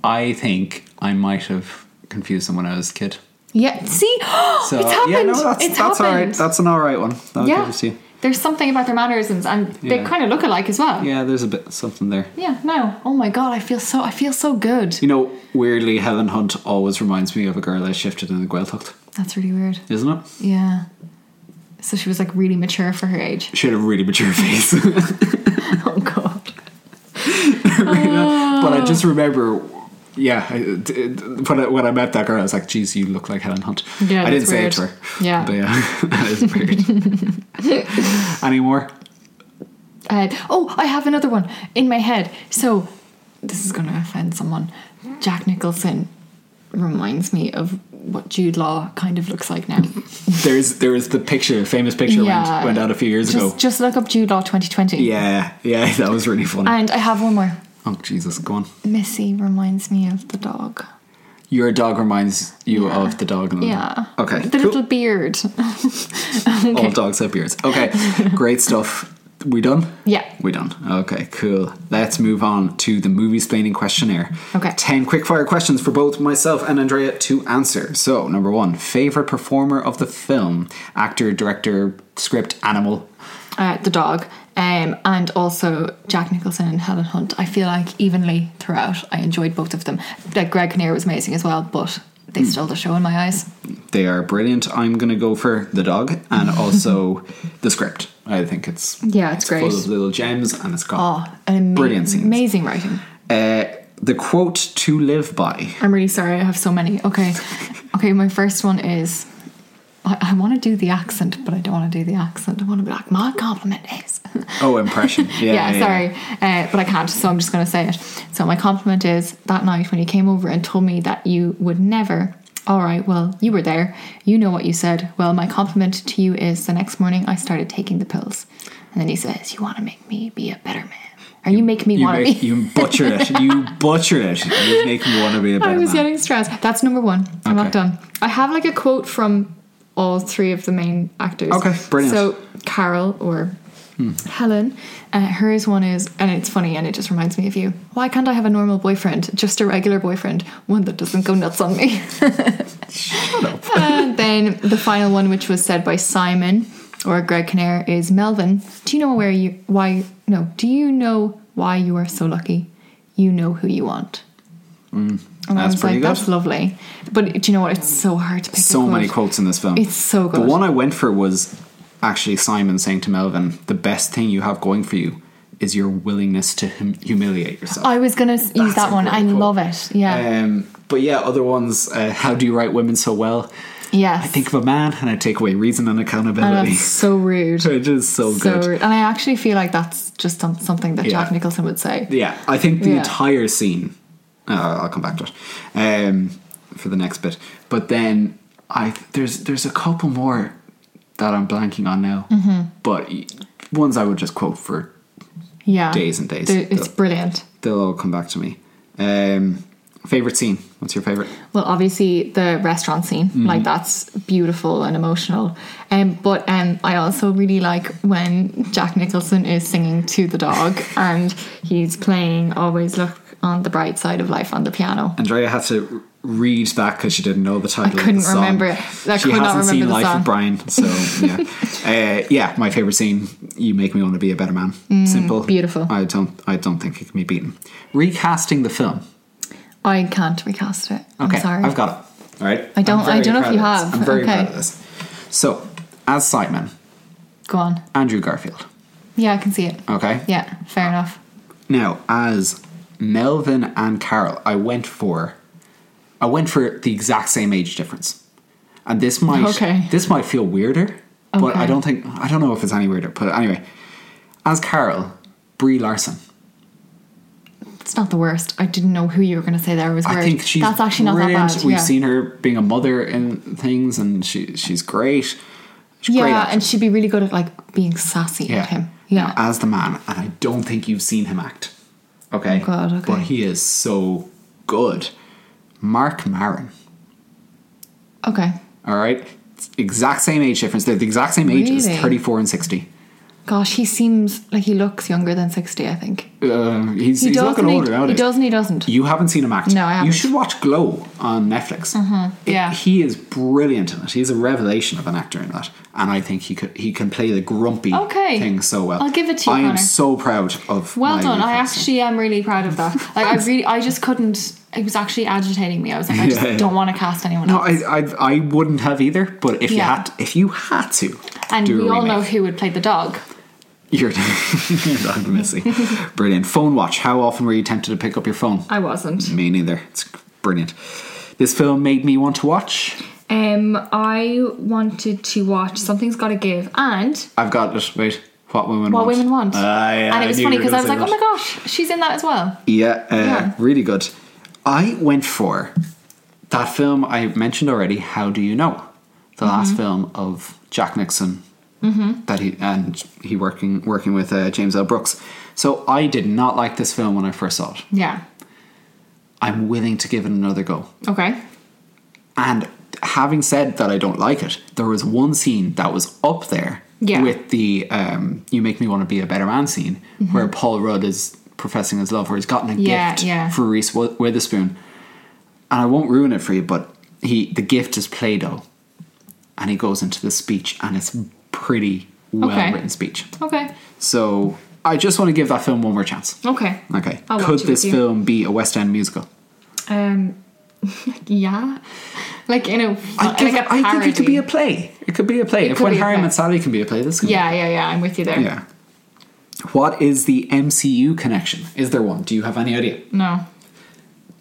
Speaker 1: I think I might have confused them when I was a kid.
Speaker 2: Yeah. See, [gasps]
Speaker 1: So
Speaker 2: it's happened.
Speaker 1: yeah, no, that's
Speaker 2: it's
Speaker 1: that's
Speaker 2: happened.
Speaker 1: all right. That's an all right one. I'll give
Speaker 2: yeah.
Speaker 1: it to you.
Speaker 2: There's something about their mannerisms, and they
Speaker 1: Yeah.
Speaker 2: kind of look alike as well.
Speaker 1: Yeah, there's a bit something there.
Speaker 2: Yeah, no. Oh my god, I feel so. I feel so good.
Speaker 1: You know, weirdly, Helen Hunt always reminds me of a girl I shifted in the Gaeltacht,
Speaker 2: That's really weird.
Speaker 1: isn't it?
Speaker 2: Yeah. So she was like really mature for
Speaker 1: [laughs]
Speaker 2: her age.
Speaker 1: She had a really mature face,
Speaker 2: Oh god.
Speaker 1: but I just remember. Yeah, I, it- it- when I, when I met that girl, I was like, "Geez, you look like Helen Hunt."
Speaker 2: Yeah,
Speaker 1: I didn't
Speaker 2: that's
Speaker 1: say it to
Speaker 2: weird.
Speaker 1: her.
Speaker 2: Yeah.
Speaker 1: but yeah, [laughs] that is weird.
Speaker 2: [laughs]
Speaker 1: Anymore?
Speaker 2: Uh, oh, I have another one in my head. So this is going to offend someone. Jack Nicholson reminds me of what Jude Law kind of looks like now.
Speaker 1: There's there was the picture, famous picture went, went out a few years
Speaker 2: just,
Speaker 1: ago.
Speaker 2: Just look up Jude Law 2020.
Speaker 1: Yeah, yeah, [laughs] that was really funny.
Speaker 2: And I have one more.
Speaker 1: oh Jesus, go on.
Speaker 2: Missy reminds me of the dog.
Speaker 1: Your dog reminds you
Speaker 2: Yeah.
Speaker 1: of the dog. In the
Speaker 2: Yeah.
Speaker 1: Hmm. Okay.
Speaker 2: The
Speaker 1: cool.
Speaker 2: little beard. [laughs]
Speaker 1: All dogs have beards. Okay. Great stuff. We done?
Speaker 2: Yeah.
Speaker 1: We done. Okay, cool. Let's move on to the movie explaining questionnaire.
Speaker 2: Okay.
Speaker 1: 10 quickfire questions for both myself and Andrea to answer. So, number one, favorite performer of the film? Actor, director, script, animal?
Speaker 2: uh, the dog, um, and also Jack Nicholson and Helen Hunt. I feel like evenly throughout, I enjoyed both of them. Like Greg Kinnear was amazing as well, but
Speaker 1: Hmm.
Speaker 2: they stole the show in my eyes.
Speaker 1: They are brilliant. I'm going to go for the dog
Speaker 2: [laughs]
Speaker 1: and also the script. I think it's
Speaker 2: Yeah, it's great.
Speaker 1: full of little gems and it's got
Speaker 2: Oh, an ama-
Speaker 1: Brilliant scenes.
Speaker 2: amazing writing.
Speaker 1: Uh, the quote to live by.
Speaker 2: I'm really sorry, I have so many. Okay, okay, my first one is. I, I want to do the accent, but I don't want to do the accent. I want to be like, my compliment is.
Speaker 1: Oh,
Speaker 2: [laughs]
Speaker 1: impression. Yeah,
Speaker 2: yeah, sorry, Uh, but I can't, so I'm just going to say it. So my compliment is that night when you came over and told me that you would never. All right, well, you were there. You know what you said. Well, my compliment to you is the next morning I started taking the pills, and then he says, "You want to make me be a better man, or you make me
Speaker 1: You,
Speaker 2: want to
Speaker 1: make-
Speaker 2: be."
Speaker 1: you butchered it.
Speaker 2: [laughs]
Speaker 1: You butchered it. You make me want to be a better
Speaker 2: I was
Speaker 1: man.
Speaker 2: getting stressed. That's number one. I'm
Speaker 1: Okay.
Speaker 2: not done. I have like a quote from all three of the main actors.
Speaker 1: Okay, brilliant. Hmm.
Speaker 2: So Carol or Helen, uh, hers one is, and it's funny, and it just reminds me of you. Why can't I have a normal boyfriend? Just a regular boyfriend, one that doesn't go nuts on me. And [laughs] then the final one, which was said by Simon or Greg Kinnear, is Melvin. Do you know where you why no? Do you know why you are so lucky? You know who you want. and I
Speaker 1: Mm, that's
Speaker 2: was
Speaker 1: pretty
Speaker 2: like,
Speaker 1: good.
Speaker 2: that's lovely. But do you know what? It's so hard to pick. a
Speaker 1: so many
Speaker 2: quote.
Speaker 1: quotes in this film.
Speaker 2: It's so
Speaker 1: The
Speaker 2: good.
Speaker 1: one I went for was actually Simon saying to Melvin, "The best thing you have going for you is your willingness to hum- humiliate yourself."
Speaker 2: I was gonna s- use
Speaker 1: That's
Speaker 2: that
Speaker 1: a
Speaker 2: one.
Speaker 1: great
Speaker 2: I
Speaker 1: quote.
Speaker 2: love it. Oh, Yeah,
Speaker 1: um, but yeah, other ones. Uh, How do you write women so well?
Speaker 2: yes.
Speaker 1: I think of a man, and I take away reason and
Speaker 2: and
Speaker 1: accountability.
Speaker 2: that's so
Speaker 1: [laughs]
Speaker 2: rude.
Speaker 1: It is so,
Speaker 2: so
Speaker 1: good.
Speaker 2: rude. And I actually feel like that's just some- something that
Speaker 1: Yeah.
Speaker 2: Jack Nicholson would say.
Speaker 1: Yeah, I think the
Speaker 2: Yeah.
Speaker 1: entire scene. Uh, I'll come back to it um, for the next bit. But then I there's there's a couple more that I'm blanking on now, but y- ones I would just quote for.
Speaker 2: Yeah,
Speaker 1: Days and days.
Speaker 2: They're- It's
Speaker 1: They'll-
Speaker 2: brilliant.
Speaker 1: They'll all come back to me. Um, favorite scene? What's your favorite?
Speaker 2: Well, obviously the restaurant scene,
Speaker 1: Mm-hmm.
Speaker 2: like that's beautiful and emotional. Um, but um, I also really like when Jack Nicholson is singing to
Speaker 1: [laughs]
Speaker 2: the dog, and he's playing "Always Look on the Bright Side of Life" on the piano.
Speaker 1: Andrea had to read that because she didn't know the title. of
Speaker 2: couldn't
Speaker 1: the song.
Speaker 2: remember it. I
Speaker 1: she
Speaker 2: could not
Speaker 1: hasn't seen
Speaker 2: remember the
Speaker 1: Life
Speaker 2: song.
Speaker 1: of Brian, so
Speaker 2: [laughs]
Speaker 1: yeah, uh, yeah. My favorite scene. You make me want to be a better man. Simple,
Speaker 2: Mm, beautiful.
Speaker 1: I don't. I don't think it can be beaten. Recasting the film.
Speaker 2: I can't recast it.
Speaker 1: Okay,
Speaker 2: I'm sorry.
Speaker 1: I've got it. All right.
Speaker 2: I don't-
Speaker 1: I'm very
Speaker 2: I don't know if
Speaker 1: proud
Speaker 2: you
Speaker 1: of this.
Speaker 2: have.
Speaker 1: I'm very
Speaker 2: Okay.
Speaker 1: proud of this. So, as Simon,
Speaker 2: Go on.
Speaker 1: Andrew Garfield.
Speaker 2: Yeah, I can see it.
Speaker 1: Okay.
Speaker 2: Yeah, fair enough.
Speaker 1: Now, as Melvin and Carol, I went for I went for the exact same age difference. And this might
Speaker 2: Okay.
Speaker 1: this might feel weirder, but I
Speaker 2: Okay.
Speaker 1: don't think I don't know if it's any weirder, but anyway. As Carol, Brie Larson.
Speaker 2: It's not the worst. I didn't know who you were going to say there was. Weird.
Speaker 1: I think she's
Speaker 2: that's actually not
Speaker 1: brilliant.
Speaker 2: that bad.
Speaker 1: We've
Speaker 2: yeah.
Speaker 1: seen her being a mother in things and she she's great. She's a great
Speaker 2: yeah,
Speaker 1: actress.
Speaker 2: and she'd be really good at like being sassy at him. Yeah.
Speaker 1: As the man, and I don't think you've seen him act. Okay.
Speaker 2: Oh, God, okay.
Speaker 1: But he is so good. Mark Maron.
Speaker 2: okay.
Speaker 1: All right. It's exact same age difference. They're the exact same ages,
Speaker 2: Really?
Speaker 1: 34 and 60.
Speaker 2: Gosh, he seems like he looks younger than sixty. I think
Speaker 1: Uh, he's
Speaker 2: he
Speaker 1: he's
Speaker 2: does.
Speaker 1: looking
Speaker 2: and he-
Speaker 1: older
Speaker 2: he,
Speaker 1: nowadays.
Speaker 2: does, and he doesn't.
Speaker 1: You haven't seen him act.
Speaker 2: No, I
Speaker 1: You
Speaker 2: haven't. Mm-hmm.
Speaker 1: should watch Glow on Netflix. It-
Speaker 2: yeah.
Speaker 1: he is brilliant in it. He's a revelation of an actor in that, and I think he could he can play the grumpy
Speaker 2: Okay.
Speaker 1: thing so well.
Speaker 2: I'll give it to you,
Speaker 1: I am
Speaker 2: Connor.
Speaker 1: so proud of.
Speaker 2: Well
Speaker 1: my
Speaker 2: done. I
Speaker 1: Netflix.
Speaker 2: actually am really proud of that. Like I really, I just couldn't. It was actually agitating me. I was like, I
Speaker 1: [laughs]
Speaker 2: just
Speaker 1: Yeah.
Speaker 2: don't want to cast anyone
Speaker 1: No,
Speaker 2: else.
Speaker 1: I, I I wouldn't have either. But if you
Speaker 2: Yeah.
Speaker 1: had if you had to,
Speaker 2: and
Speaker 1: do
Speaker 2: we
Speaker 1: a
Speaker 2: all know
Speaker 1: remake,
Speaker 2: who would play the dog.
Speaker 1: [laughs] you're [laughs] you're not
Speaker 2: [laughs]
Speaker 1: missing. Brilliant phone watch. How often were you tempted to pick up your phone?
Speaker 2: I wasn't.
Speaker 1: Me neither. It's brilliant. This film made me want to watch.
Speaker 2: Um, I wanted to watch Something's Gotta Give and
Speaker 1: I've got it. Wait, what women
Speaker 2: What
Speaker 1: want?
Speaker 2: Women Want.
Speaker 1: Ah, yeah,
Speaker 2: and it was
Speaker 1: knew
Speaker 2: funny
Speaker 1: you were
Speaker 2: because I was
Speaker 1: gonna
Speaker 2: like,
Speaker 1: say
Speaker 2: oh
Speaker 1: that.
Speaker 2: my gosh, she's in that as well.
Speaker 1: Yeah, uh,
Speaker 2: Yeah.
Speaker 1: really good. I went for that film I mentioned already. How do you know? The
Speaker 2: Mm-hmm.
Speaker 1: last film of Jack Nixon that he and he working working with uh, James L. Brooks. So I did not like this film when I first saw it.
Speaker 2: Yeah.
Speaker 1: I'm willing to give it another go.
Speaker 2: Okay.
Speaker 1: And having said that, I don't like it. There was one scene that was up there
Speaker 2: Yeah.
Speaker 1: with the um, "You Make Me Want to Be a Better Man" scene, where Paul Rudd is professing his love, where he's gotten a
Speaker 2: Mm-hmm. Yeah,
Speaker 1: gift
Speaker 2: yeah.
Speaker 1: for Reese Wi- Witherspoon. And I won't ruin it for you, but he the gift is Play-Doh, and he goes into the speech, and it's pretty well-written speech.
Speaker 2: Okay.
Speaker 1: So I just want to give that film one more chance.
Speaker 2: Okay.
Speaker 1: Okay,
Speaker 2: I'll watch
Speaker 1: could
Speaker 2: it with
Speaker 1: this
Speaker 2: you.
Speaker 1: film be a West End musical?
Speaker 2: Um, yeah. Like in a
Speaker 1: I, give it-
Speaker 2: like a
Speaker 1: I
Speaker 2: parody.
Speaker 1: think it could be a play. It could be a play. if
Speaker 2: could
Speaker 1: when
Speaker 2: be a
Speaker 1: Harry
Speaker 2: play.
Speaker 1: Met Sally can be a play, this can
Speaker 2: yeah, yeah, yeah. I'm with you there.
Speaker 1: be. Yeah. What is the MCU connection? Is there one? Do you have any idea?
Speaker 2: No.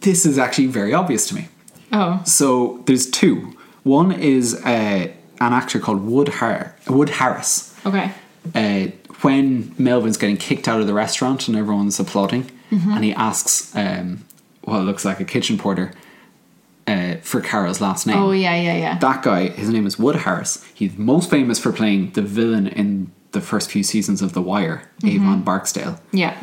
Speaker 1: This is actually very obvious to me.
Speaker 2: Oh.
Speaker 1: So there's two. One is uh, an actor called Wood, Har- Wood Harris.
Speaker 2: Okay.
Speaker 1: Uh, when Melvin's getting kicked out of the restaurant and everyone's applauding,
Speaker 2: Mm-hmm.
Speaker 1: and he asks, um, well, it looks like a kitchen porter, uh, for Carol's last name.
Speaker 2: Oh yeah, yeah, yeah.
Speaker 1: that guy, his name is Wood Harris. He's most famous for playing the villain in the first few seasons of The Wire,
Speaker 2: Mm-hmm.
Speaker 1: Avon Barksdale.
Speaker 2: yeah.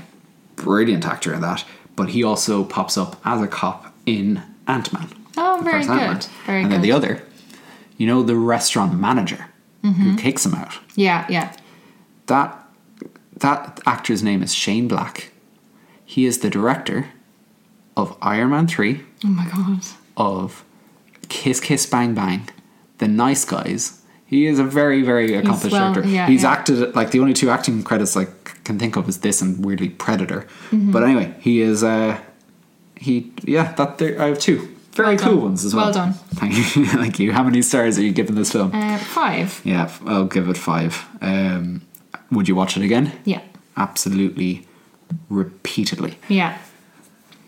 Speaker 1: Brilliant actor in that. But he also pops up as a cop in Ant Man.
Speaker 2: Oh, very good. Very
Speaker 1: and then
Speaker 2: good.
Speaker 1: the other, you know, the restaurant manager
Speaker 2: Mm-hmm.
Speaker 1: who kicks him out.
Speaker 2: Yeah, yeah.
Speaker 1: That that actor's name is Shane Black. He is the director of Iron Man Three
Speaker 2: Oh my god.
Speaker 1: of Kiss Kiss Bang Bang, The Nice Guys. He is a very, very accomplished
Speaker 2: well-
Speaker 1: director.
Speaker 2: yeah,
Speaker 1: he's
Speaker 2: yeah.
Speaker 1: acted like the only two acting credits I c- can think of is this and weirdly Predator.
Speaker 2: Mm-hmm.
Speaker 1: But anyway, he is. Uh, he yeah, that there, I have two very
Speaker 2: Well
Speaker 1: cool
Speaker 2: done.
Speaker 1: ones as well.
Speaker 2: Well done.
Speaker 1: Thank you, [laughs] thank you. How many stars are you giving this film?
Speaker 2: Uh, five.
Speaker 1: yeah, f- I'll give it five. Um, would you watch it again?
Speaker 2: Yeah.
Speaker 1: Absolutely, repeatedly.
Speaker 2: Yeah.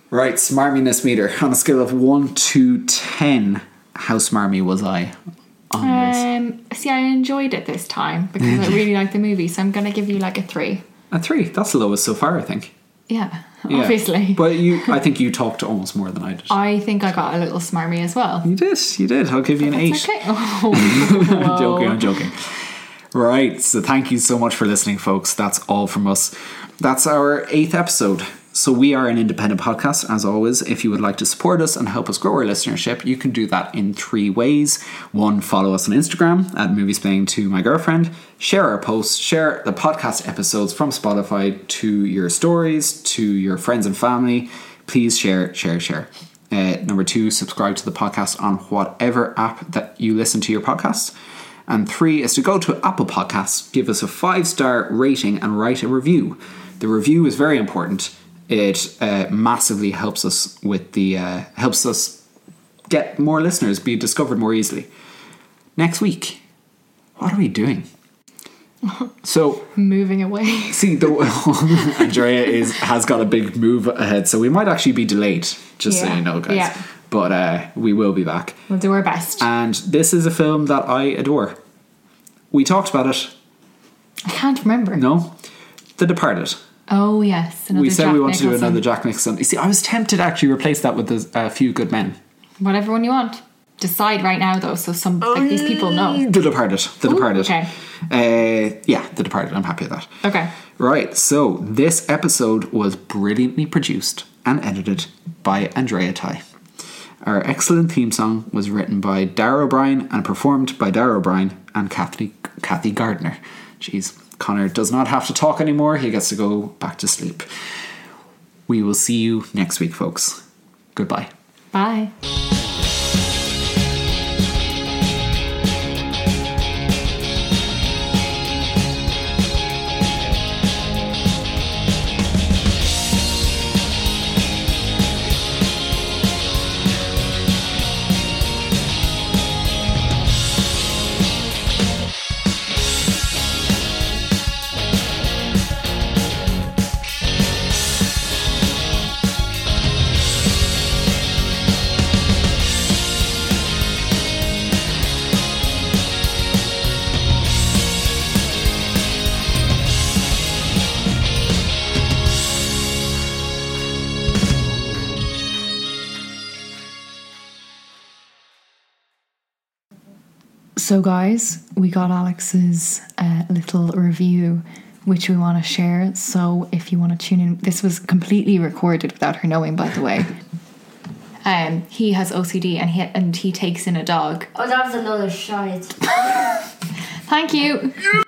Speaker 1: Right, smarminess meter. [laughs] On a scale of 1 to 10, how smarmy was I on this?
Speaker 2: Um, see, I enjoyed it this time because I
Speaker 1: [laughs]
Speaker 2: really liked the movie, so I'm gonna give you like a three.
Speaker 1: A 3. That's the lowest so far, I think.
Speaker 2: Yeah,
Speaker 1: Yeah.
Speaker 2: obviously.
Speaker 1: But you, I think you talked almost more than I
Speaker 2: [laughs]
Speaker 1: did.
Speaker 2: I think I got a little smarmy as well.
Speaker 1: you did, you did. I'll give you an 8. [laughs]
Speaker 2: Okay. Oh,
Speaker 1: I'm joking, I'm joking. Right, so thank you so much for listening, folks. That's all from us. That's our eighth episode. So, we are an independent podcast, as always. If you would like to support us and help us grow our listenership, you can do that in three ways. One, follow us on Instagram at Movies Playing to My Girlfriend, share our posts, share the podcast episodes from Spotify to your stories, to your friends and family. Please share, share, share. Uh, number two, subscribe to the podcast on whatever app that you listen to your podcast. And three is to go to Apple Podcasts, give us a five star rating, and write a review. The review is very important. It uh, massively helps us with the uh, helps us get more listeners, be discovered more easily. Next week, what are we
Speaker 2: [laughs]
Speaker 1: doing? So
Speaker 2: moving away.
Speaker 1: See, the [laughs] Andrea is has got a big move ahead, so we might actually be delayed. Just so
Speaker 2: Yeah.
Speaker 1: you know, guys.
Speaker 2: Yeah.
Speaker 1: But uh, we will be back.
Speaker 2: We'll do our best.
Speaker 1: And this is a film that I adore. We talked about it.
Speaker 2: I can't remember.
Speaker 1: No, The Departed.
Speaker 2: Oh yes, another
Speaker 1: we said
Speaker 2: Jack
Speaker 1: we want to do
Speaker 2: Nicholson.
Speaker 1: another Jack Nicholson. You see, I was tempted to actually replace that with a uh, Few Good Men.
Speaker 2: Whatever one you want. decide right now though, so some like these people know.
Speaker 1: The Departed. The Departed.
Speaker 2: okay.
Speaker 1: Uh, yeah, The Departed. I'm happy with that.
Speaker 2: Okay.
Speaker 1: Right, so this episode was brilliantly produced and edited by Andrea Tai. Our excellent theme song was written by Dara O'Brien and performed by Dara O'Brien and Kathy, Kathy Gardner. Jeez, Connor does not have to talk anymore, he gets to go back to sleep. We will see you next week, folks. Goodbye.
Speaker 2: Bye. So, guys, we got Alex's uh, little review, which we want to share. So, if you want to tune in, this was completely recorded without her knowing, by the way. Um, he has OCD and he and he takes in a dog.
Speaker 5: Oh, that was a load of shite.
Speaker 2: Thank you.